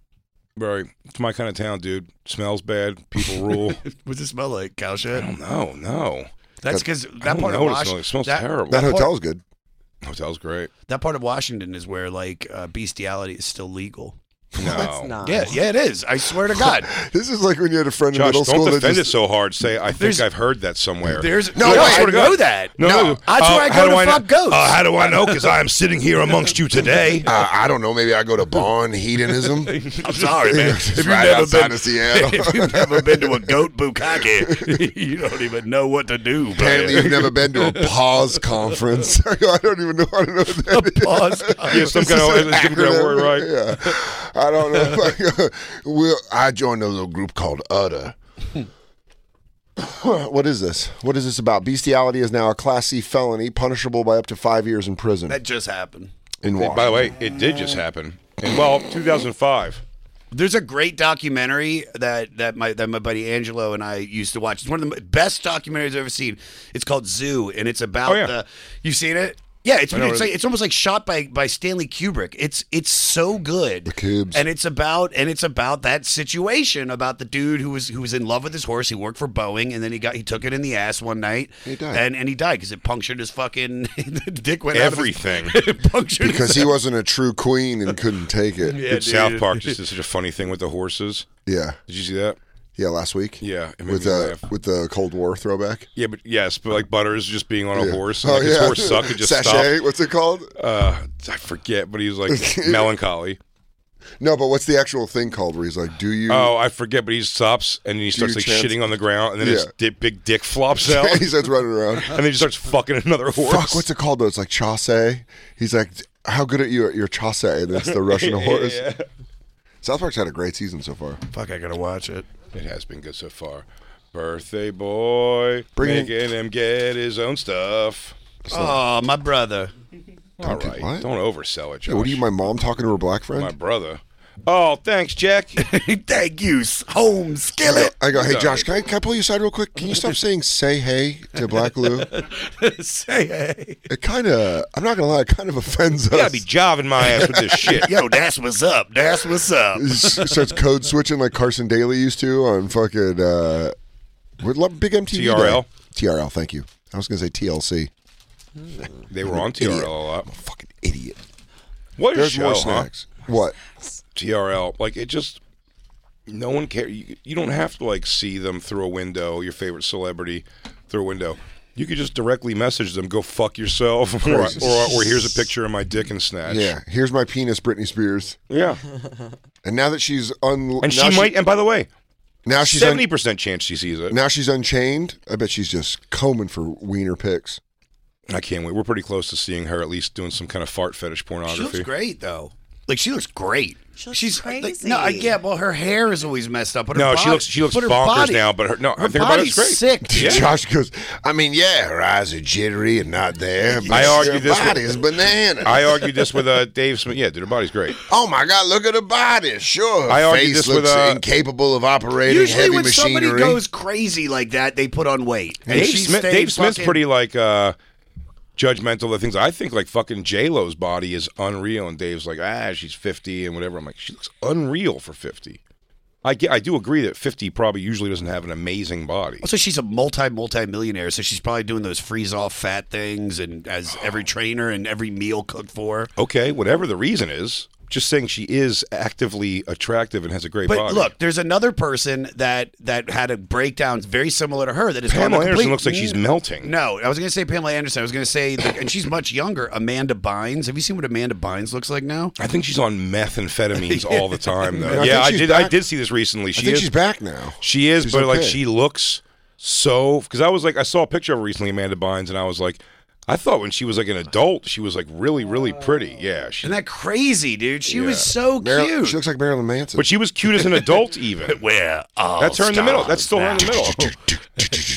Speaker 4: Very, it's my kind of town, dude. Smells bad, people rule.
Speaker 9: What's it smell like? Cow shit? I don't
Speaker 4: know. No,
Speaker 9: That's because
Speaker 4: I
Speaker 9: that
Speaker 4: don't
Speaker 9: part
Speaker 4: know
Speaker 9: of
Speaker 4: what it
Speaker 9: Wash-
Speaker 4: smells like. It smells terrible.
Speaker 3: That
Speaker 9: part-
Speaker 3: hotel's good.
Speaker 4: Hotel's great.
Speaker 9: That part of Washington is where like uh, bestiality is still legal.
Speaker 4: No. It's not.
Speaker 9: Yeah, yeah, it is. I swear to God.
Speaker 3: This is like when you had a friend in
Speaker 4: Josh,
Speaker 3: middle
Speaker 4: don't
Speaker 3: school that
Speaker 4: defend it
Speaker 3: just
Speaker 4: so hard. Say, I think
Speaker 3: There's-
Speaker 4: I've heard that somewhere.
Speaker 9: There's-
Speaker 3: No, I
Speaker 4: swear to
Speaker 3: know
Speaker 4: God.
Speaker 3: that.
Speaker 4: No,
Speaker 3: No, that's
Speaker 4: Uh,
Speaker 3: where I go
Speaker 4: how
Speaker 3: to
Speaker 4: do
Speaker 3: fuck
Speaker 4: know-
Speaker 3: goats.
Speaker 4: Uh, how do I know? Because I am sitting here amongst you today.
Speaker 3: Uh, I don't know. Maybe I go to Bon Hedonism.
Speaker 9: I'm sorry, man.
Speaker 3: It's
Speaker 9: If you've,
Speaker 3: right
Speaker 9: never
Speaker 3: outside
Speaker 9: been,
Speaker 3: of Seattle.
Speaker 9: if you've never been to a goat bukkake, you don't even know what to do. brother.
Speaker 3: Apparently, you've never been to a pause conference. I don't even know. I don't know what that is.
Speaker 9: pause
Speaker 4: Yeah, some kind of-
Speaker 3: Is this an
Speaker 4: some kind of word, right?
Speaker 3: Yeah. I don't know. We'll- I joined a little group called Udder. what is this? What is this about? Bestiality is now a Class C felony, punishable by up to five years in prison.
Speaker 9: That just happened.
Speaker 3: in Washington.
Speaker 4: By the way, it did just happen. In, well, 2005.
Speaker 9: There's a great documentary that that my that my buddy Angelo and I used to watch. It's one of the best documentaries I've ever seen. It's called Zoo, and it's about
Speaker 4: Oh, yeah.
Speaker 9: the. You've seen it? Yeah, it's
Speaker 4: I know
Speaker 9: it's,
Speaker 4: it
Speaker 9: like,
Speaker 4: is.
Speaker 9: it's almost like shot by by Stanley Kubrick. It's it's so good. The
Speaker 3: Cubes.
Speaker 9: And it's about and it's about that situation about the dude who was who was in love with his horse. He worked for Boeing, and then he got he took it in the ass one night. He
Speaker 3: died.
Speaker 9: and and he died because it punctured his fucking the dick went
Speaker 4: Everything.
Speaker 9: Out of his, it punctured his
Speaker 3: because he wasn't a true queen and couldn't take it.
Speaker 9: Yeah,
Speaker 4: Dude, South
Speaker 9: dude.
Speaker 4: Park just did such a funny thing with the horses.
Speaker 3: Yeah.
Speaker 4: Did you see that?
Speaker 3: Yeah, last week.
Speaker 4: Yeah, it made
Speaker 3: with
Speaker 4: me
Speaker 3: the with the Cold War throwback.
Speaker 4: Yeah, but yes, but like Butters just being on a
Speaker 3: Yeah.
Speaker 4: horse. and, like his horse sucked. It just
Speaker 3: Sachet, What's it called?
Speaker 4: stopped. Uh, I forget, but he was like melancholy.
Speaker 3: No, but what's the actual thing called? Where he's like, "Do you?"
Speaker 4: oh, I forget, but he stops and he starts
Speaker 3: you
Speaker 4: like
Speaker 3: chance-
Speaker 4: shitting on the ground, and then his
Speaker 3: Yeah.
Speaker 4: di- big dick flops out,
Speaker 3: he starts running around.
Speaker 4: and then he starts fucking another horse.
Speaker 3: Fuck, what's it called though? It's like chasse. He's like, how good are you at your chasse? And it's the Russian
Speaker 4: Yeah,
Speaker 3: horse.
Speaker 4: yeah.
Speaker 3: South Park's had a great season so far.
Speaker 9: Fuck, I gotta watch it.
Speaker 4: It has been good so far. Birthday boy,
Speaker 3: Bring it-
Speaker 4: making him get his own stuff.
Speaker 9: Oh, my brother.
Speaker 4: All right,
Speaker 3: what?
Speaker 4: don't oversell it, Josh.
Speaker 3: Yeah, what are you, my mom talking to her black friend?
Speaker 4: My brother. Oh, thanks, Jack.
Speaker 9: Thank you, home skillet.
Speaker 3: I go, hey, Josh, can I, can I pull you aside real quick? Can you stop saying say hey to Black Lou?
Speaker 9: Say hey.
Speaker 3: It kind of, I'm not going to lie, it kind of offends us.
Speaker 4: You gotta be jiving my ass with this shit.
Speaker 9: Yo, that's what's up. That's what's up.
Speaker 3: S- starts code switching like Carson Daly used to on fucking uh, with lo- big MTV. day.
Speaker 4: TRL?
Speaker 3: TRL, thank you. I was going to say TLC.
Speaker 4: They were
Speaker 3: I'm an
Speaker 4: on TRL
Speaker 3: idiot.
Speaker 4: a lot. I'm a
Speaker 3: fucking idiot.
Speaker 4: What a
Speaker 3: There's more
Speaker 4: show, huh?
Speaker 3: snacks. What?
Speaker 4: TRL. Like it just no one care. You, you don't have to like see them through a window. Your favorite celebrity through a window. You could just directly message them. Go fuck yourself, or, or,
Speaker 3: course.
Speaker 4: or here's a picture of my dick and snatch.
Speaker 3: Yeah, here's my penis, Britney Spears.
Speaker 4: yeah.
Speaker 3: And now that she's un,
Speaker 4: And
Speaker 3: now
Speaker 4: she might. And by the way,
Speaker 9: Oh,
Speaker 3: now she's un-
Speaker 4: seventy percent chance she sees it.
Speaker 3: now she's unchained. I bet she's just combing for wiener pics.
Speaker 4: I can't wait. We're pretty close to seeing her at least doing some kind of fart fetish
Speaker 9: She
Speaker 4: pornography.
Speaker 9: looks great though. Like she looks great. She's
Speaker 18: crazy.
Speaker 9: Like, no, I yeah, well, her hair is always messed up. But her
Speaker 4: No,
Speaker 9: body,
Speaker 4: she looks she looks
Speaker 9: but her
Speaker 4: bonkers
Speaker 9: body-
Speaker 4: now. But her no, I
Speaker 9: her
Speaker 4: think her body's
Speaker 9: body's
Speaker 4: great.
Speaker 9: sick, dude.
Speaker 3: Josh goes, I mean, yeah, her eyes are jittery and not there. But
Speaker 4: I argue
Speaker 3: her
Speaker 4: this.
Speaker 3: body's
Speaker 4: with,
Speaker 3: bananas.
Speaker 4: I argued this with uh, Dave Smith. Yeah, dude, her body's great.
Speaker 3: Oh my God! Look at her body. Sure, her
Speaker 4: I argued
Speaker 3: face
Speaker 4: this with,
Speaker 3: looks
Speaker 4: uh,
Speaker 3: incapable of operating
Speaker 9: Usually,
Speaker 3: heavy
Speaker 9: when
Speaker 3: machinery.
Speaker 9: somebody goes crazy like that, they put on weight. And
Speaker 4: Dave,
Speaker 9: she
Speaker 4: Smith,
Speaker 9: stayed
Speaker 4: Dave Smith's
Speaker 9: fucking-
Speaker 4: pretty like uh, judgmental of things. I think like fucking J Lo's body is unreal, and Dave's like, ah, she's fifty and whatever. I'm like, she looks unreal for fifty. I get, I do agree that fifty probably usually doesn't have an amazing body.
Speaker 9: Also, she's a multi multi millionaire, so she's probably doing those freeze off fat things, and as every trainer and every meal cooked for. her.
Speaker 4: Okay, whatever the reason is, just saying she is actively attractive and has a great
Speaker 9: But
Speaker 4: body.
Speaker 9: look, there's another person that that had a breakdown very similar to her. That is going
Speaker 4: Pamela
Speaker 9: to
Speaker 4: Anderson
Speaker 9: complete-
Speaker 4: looks like she's melting.
Speaker 9: No, I was going to say Pamela Anderson. I was going to say, the, and she's much younger. Amanda Bynes. Have you seen what Amanda Bynes looks like now?
Speaker 4: I think she's on methamphetamines
Speaker 9: Yeah.
Speaker 4: all the time,
Speaker 9: And
Speaker 4: though. yeah,
Speaker 9: I think
Speaker 4: I
Speaker 9: she's
Speaker 4: did. I
Speaker 9: back-
Speaker 4: did see this recently. She
Speaker 3: think
Speaker 4: is
Speaker 3: she's back now.
Speaker 4: She is,
Speaker 3: She's
Speaker 4: but like
Speaker 3: okay.
Speaker 4: she looks so. Because I was like, I saw a picture of her recently, Amanda Bynes, and I was like, I thought when she was like an adult, she was like really, really pretty. Yeah, she,
Speaker 9: Isn't that crazy, dude? She
Speaker 4: Yeah.
Speaker 9: was so
Speaker 3: Marilyn-
Speaker 9: cute.
Speaker 3: She looks like Marilyn Manson.
Speaker 4: but she was cute as an adult, even.
Speaker 9: Where? all
Speaker 4: that's her in the middle.
Speaker 9: stars
Speaker 4: That's still her in the
Speaker 9: now.
Speaker 4: middle.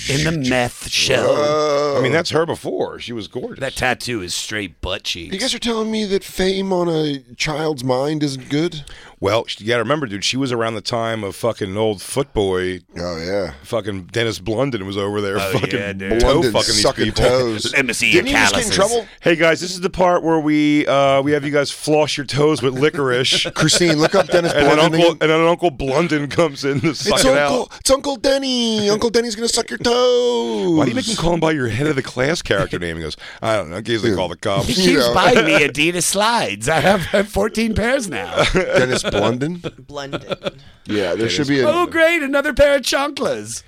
Speaker 9: in the meth
Speaker 3: Oh.
Speaker 9: shell.
Speaker 3: Whoa.
Speaker 4: Oh. I mean, that's her before. She was gorgeous.
Speaker 9: That tattoo is straight butt cheeks.
Speaker 3: You guys are telling me that fame on a child's mind isn't good?
Speaker 4: Well, sh- you got to remember, dude. She was around the time of fucking old footboy.
Speaker 3: Oh yeah,
Speaker 4: Fucking Dennis Blunden was over there,
Speaker 9: Oh,
Speaker 4: fucking
Speaker 9: yeah, dude.
Speaker 4: toe
Speaker 3: Blunden
Speaker 4: fucking these
Speaker 3: sucking
Speaker 4: people.
Speaker 3: toes.
Speaker 9: Let me see
Speaker 3: Didn't
Speaker 9: your
Speaker 3: he just get in
Speaker 9: calluses.
Speaker 3: trouble?
Speaker 4: Hey guys, this is the part where we uh, we have you guys floss your toes with licorice,
Speaker 3: Christine, look up Dennis
Speaker 4: and then
Speaker 3: Blunden.
Speaker 4: Uncle and
Speaker 3: again.
Speaker 4: then Uncle Blunden comes in to suck
Speaker 3: it's
Speaker 4: it
Speaker 3: Uncle.
Speaker 4: out.
Speaker 3: It's Uncle Denny. Uncle Denny's gonna suck your toes.
Speaker 4: Why do you make him call him by your head of the class character name? He goes, I don't know. In case they call the cops.
Speaker 9: He
Speaker 3: You
Speaker 9: keeps
Speaker 3: know.
Speaker 9: buying me Adidas slides. I have, I have 14 pairs now.
Speaker 3: Dennis Blunden?
Speaker 18: Blunden.
Speaker 3: Yeah, there
Speaker 4: Dennis
Speaker 3: should be a.
Speaker 9: oh, great. Another pair of chanclas.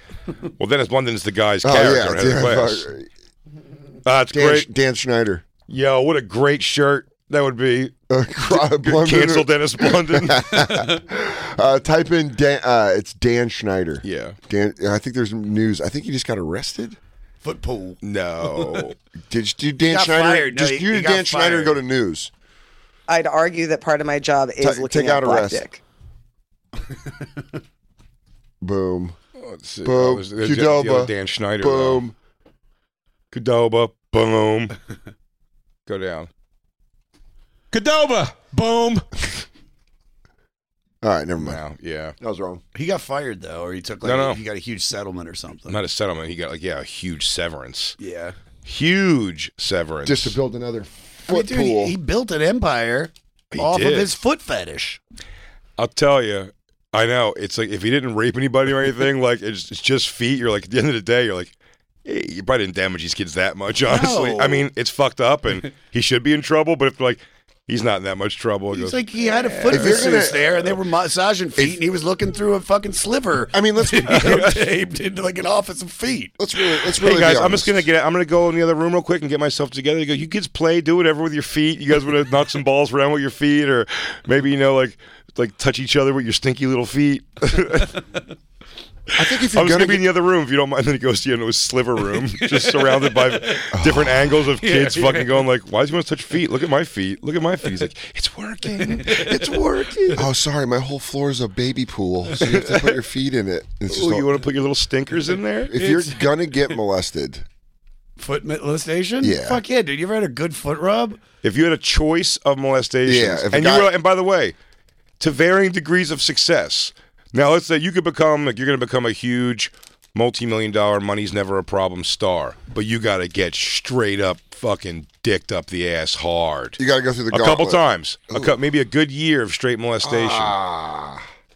Speaker 4: Well, Dennis Blunden's the guy's
Speaker 3: Oh,
Speaker 4: character
Speaker 3: yeah,
Speaker 4: in head of the
Speaker 3: Dan-
Speaker 4: class.
Speaker 3: uh,
Speaker 4: That's
Speaker 3: Dan,
Speaker 4: great.
Speaker 3: Dan Schneider.
Speaker 4: Yo, what a great shirt that would be.
Speaker 3: Uh, Blunden-
Speaker 4: Cancel Dennis Blunden.
Speaker 3: Uh, type in Dan. Uh, it's Dan Schneider.
Speaker 4: yeah.
Speaker 3: Dan. I think there's news. I think he just got arrested.
Speaker 9: Footpool.
Speaker 4: No.
Speaker 3: Did you do Dan
Speaker 9: got
Speaker 3: Schneider?
Speaker 9: fired. No,
Speaker 3: just
Speaker 9: he-
Speaker 3: you
Speaker 9: he
Speaker 3: do
Speaker 9: got
Speaker 3: Dan Schneider and go to
Speaker 9: fired.
Speaker 3: news.
Speaker 18: I'd argue that part of my job is
Speaker 3: Ta-
Speaker 18: looking
Speaker 3: take
Speaker 18: at
Speaker 3: out
Speaker 18: black
Speaker 3: arrest.
Speaker 18: dick.
Speaker 3: Boom.
Speaker 4: Let's see. Oh,
Speaker 3: Boom.
Speaker 4: there's- there's the other
Speaker 3: Qdoba.
Speaker 4: Dan Schneider. though.
Speaker 3: Boom.
Speaker 4: Cadoba, boom. Go down. Cadoba, boom.
Speaker 3: All right, never mind.
Speaker 4: Wow, yeah.
Speaker 3: That was wrong.
Speaker 9: He got fired, though, or he took like,
Speaker 4: No, no.
Speaker 9: he got a huge settlement or something.
Speaker 4: Not a settlement. He got like yeah, a huge severance.
Speaker 9: yeah.
Speaker 4: Huge severance.
Speaker 3: Just to build another
Speaker 9: I mean,
Speaker 3: foot
Speaker 9: dude,
Speaker 3: pool.
Speaker 9: he, he built an empire
Speaker 4: He
Speaker 9: off
Speaker 4: did.
Speaker 9: of his foot fetish.
Speaker 4: I'll tell you. I know. It's like if he didn't rape anybody or anything, like it's, it's just feet. You're like at the end of the day, you're like, hey, you probably didn't damage these kids that much. Honestly,
Speaker 9: No.
Speaker 4: I mean, it's fucked up, and he should be in trouble. But if like he's not in that much trouble, it
Speaker 9: It's
Speaker 4: goes,
Speaker 9: like he had a foot
Speaker 3: If you're
Speaker 9: masseuse
Speaker 3: gonna-
Speaker 9: there, and they were massaging feet, and he was looking through a fucking sliver.
Speaker 3: I mean, let's
Speaker 9: taped into like an office of feet.
Speaker 3: let's really let's really
Speaker 4: Hey
Speaker 3: be
Speaker 4: guys, I'm
Speaker 3: honest.
Speaker 4: just gonna get. I'm gonna go in the other room real quick and get myself together. You go. You kids play. Do whatever with your feet. You guys want to knock some balls around with your feet, or maybe you know, like, like touch each other with your stinky little feet.
Speaker 3: I think if
Speaker 4: I
Speaker 3: you're
Speaker 4: was
Speaker 3: gonna,
Speaker 4: gonna be in the other room if you don't mind. Then he goes to you know, his sliver room, just surrounded by
Speaker 3: Oh.
Speaker 4: different angles of kids fucking going like, "Why does he want to touch feet? Look at my feet. Look at my feet." He's like, "It's working. It's working."
Speaker 3: get, oh sorry, my whole floor is a baby pool, so you have to put your feet in it. It's just
Speaker 4: Ooh,
Speaker 3: all-
Speaker 4: you want to put your little stinkers in there?
Speaker 3: if you're gonna get molested,
Speaker 9: Foot molestation?
Speaker 3: Yeah.
Speaker 9: Fuck yeah, dude. You ever had a good foot rub?
Speaker 4: If you had a choice of molestations,
Speaker 3: Yeah, if a
Speaker 4: and
Speaker 3: guy-
Speaker 4: you were, and by the way, to varying degrees of success. Now, let's say you could become like you're going to become a huge multi-million dollar money's never a problem star, but you got to get straight up fucking dicked up the ass hard.
Speaker 3: You got to go through the
Speaker 4: a couple
Speaker 3: gauntlet.
Speaker 4: times, a
Speaker 3: Ooh. Ah.
Speaker 4: cou- maybe a good year of straight molestation.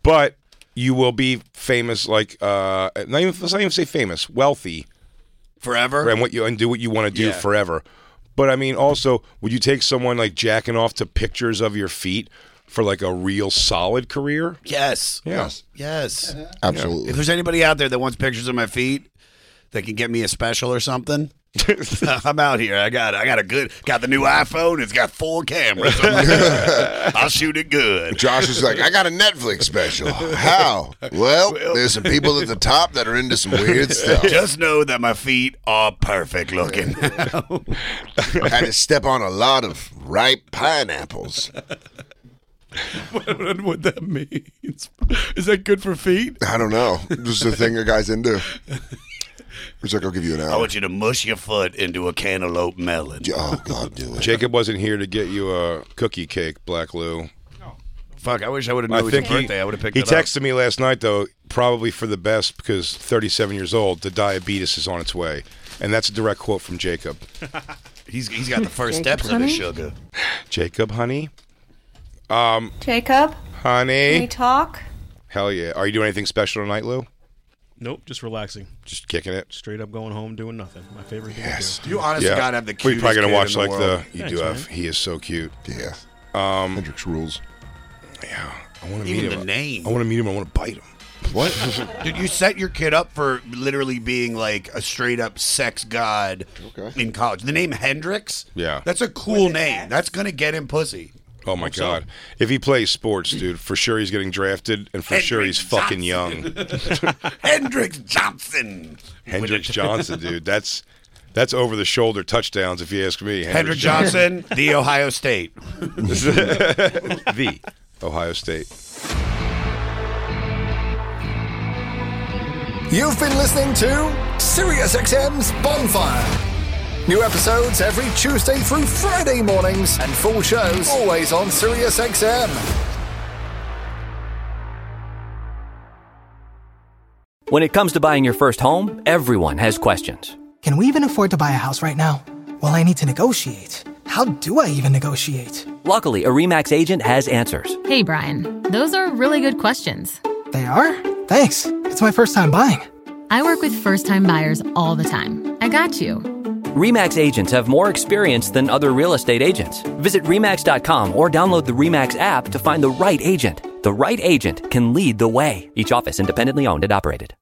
Speaker 4: But you will be famous, like uh, not even let's not even say famous, wealthy
Speaker 9: forever,
Speaker 4: and what you and do what you want to do
Speaker 9: Yeah.
Speaker 4: forever. But I mean, also, would you take someone like jacking off to pictures of your feet for like a real solid career?
Speaker 9: Yes.
Speaker 4: Yeah.
Speaker 9: Yes. Yes.
Speaker 4: Absolutely.
Speaker 9: If there's anybody out there that wants pictures of my feet, that can get me a special or something. I'm out here. I got I got a good got the new iPhone. It's got four cameras. I'm like, I'll shoot it good.
Speaker 3: Josh is like, I got a Netflix special. How? Well, there's some people at the top that are into some weird stuff.
Speaker 9: Just know that my feet are perfect looking.
Speaker 3: Had to step on a lot of ripe pineapples.
Speaker 19: what, what that means? Is that good for feet?
Speaker 3: I don't know. Just a thing a guy's into. He's like, I'll give you an
Speaker 9: I
Speaker 3: hour.
Speaker 9: want you to mush your foot into a cantaloupe melon.
Speaker 3: Oh God, do
Speaker 4: Jacob wasn't here to get you a cookie cake, Black Lou.
Speaker 9: Fuck! I wish I would have known it was your birthday. I would have picked
Speaker 4: He
Speaker 9: it
Speaker 4: texted me last night though, probably for the best because 37 years old, the diabetes is on its way, and that's a direct quote from Jacob.
Speaker 9: up. He's he's got the first steps of his sugar.
Speaker 4: Jacob, honey. Um,
Speaker 20: Jacob, can we
Speaker 4: honey.
Speaker 20: talk?
Speaker 4: Hell yeah. Are you doing anything special tonight, Lou?
Speaker 6: Nope, just relaxing.
Speaker 4: Just kicking it.
Speaker 6: Straight up going home doing nothing. My favorite thing.
Speaker 4: Yes,
Speaker 6: To do.
Speaker 9: You honestly
Speaker 4: Yeah.
Speaker 9: gotta have the
Speaker 4: We're
Speaker 9: cutest
Speaker 4: probably gonna
Speaker 9: kid
Speaker 4: watch
Speaker 9: in the
Speaker 4: like
Speaker 9: world.
Speaker 4: the. You
Speaker 9: Thanks,
Speaker 4: do have.
Speaker 9: man.
Speaker 4: He is so cute.
Speaker 3: Yeah.
Speaker 4: Um,
Speaker 3: Hendrix rules.
Speaker 4: Yeah, I want to
Speaker 9: Even
Speaker 4: meet
Speaker 9: the
Speaker 4: him.
Speaker 9: name.
Speaker 4: I want to meet him. I want to bite him. What?
Speaker 9: Dude, you set your kid up for literally being like a straight up sex god in college. The name Hendrix?
Speaker 4: Yeah.
Speaker 9: That's a cool name. That's going to get him pussy.
Speaker 4: Oh my
Speaker 9: Hope so.
Speaker 4: god! If he plays sports, dude, for sure he's getting drafted, and for sure he's fucking young.
Speaker 9: Hendrix Johnson.
Speaker 4: Hendrix Johnson, dude, that's that's over the shoulder touchdowns, if you ask me.
Speaker 9: Hendrix Johnson, the Ohio State.
Speaker 4: the Ohio State.
Speaker 21: You've been listening to SiriusXM's Bonfire. New episodes every Tuesday through Friday mornings, and full shows always on SiriusXM.
Speaker 1: When it comes to buying your first home, everyone has questions.
Speaker 15: Can we even afford to buy a house right now? Well, I need to negotiate. How do I even negotiate?
Speaker 1: Luckily, a REMAX agent has answers.
Speaker 16: Hey, Brian, those are really good questions.
Speaker 15: They are? Thanks. It's my first time buying.
Speaker 16: I work with first time buyers all the time. I got you.
Speaker 1: REMAX agents have more experience than other real estate agents. Visit REMAX.com or download the REMAX app to find the right agent. The right agent can lead the way. Each office independently owned and operated.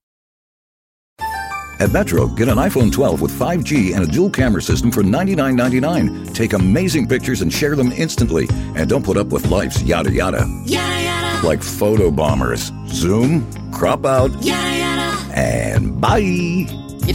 Speaker 22: At Metro, get an iPhone 12 with 5G and a dual camera system for $99.99. Take amazing pictures and share them instantly. And don't put up with life's yada yada. Yada yada. Like photo bombers. Zoom, crop out, yada yada. And bye.
Speaker 23: You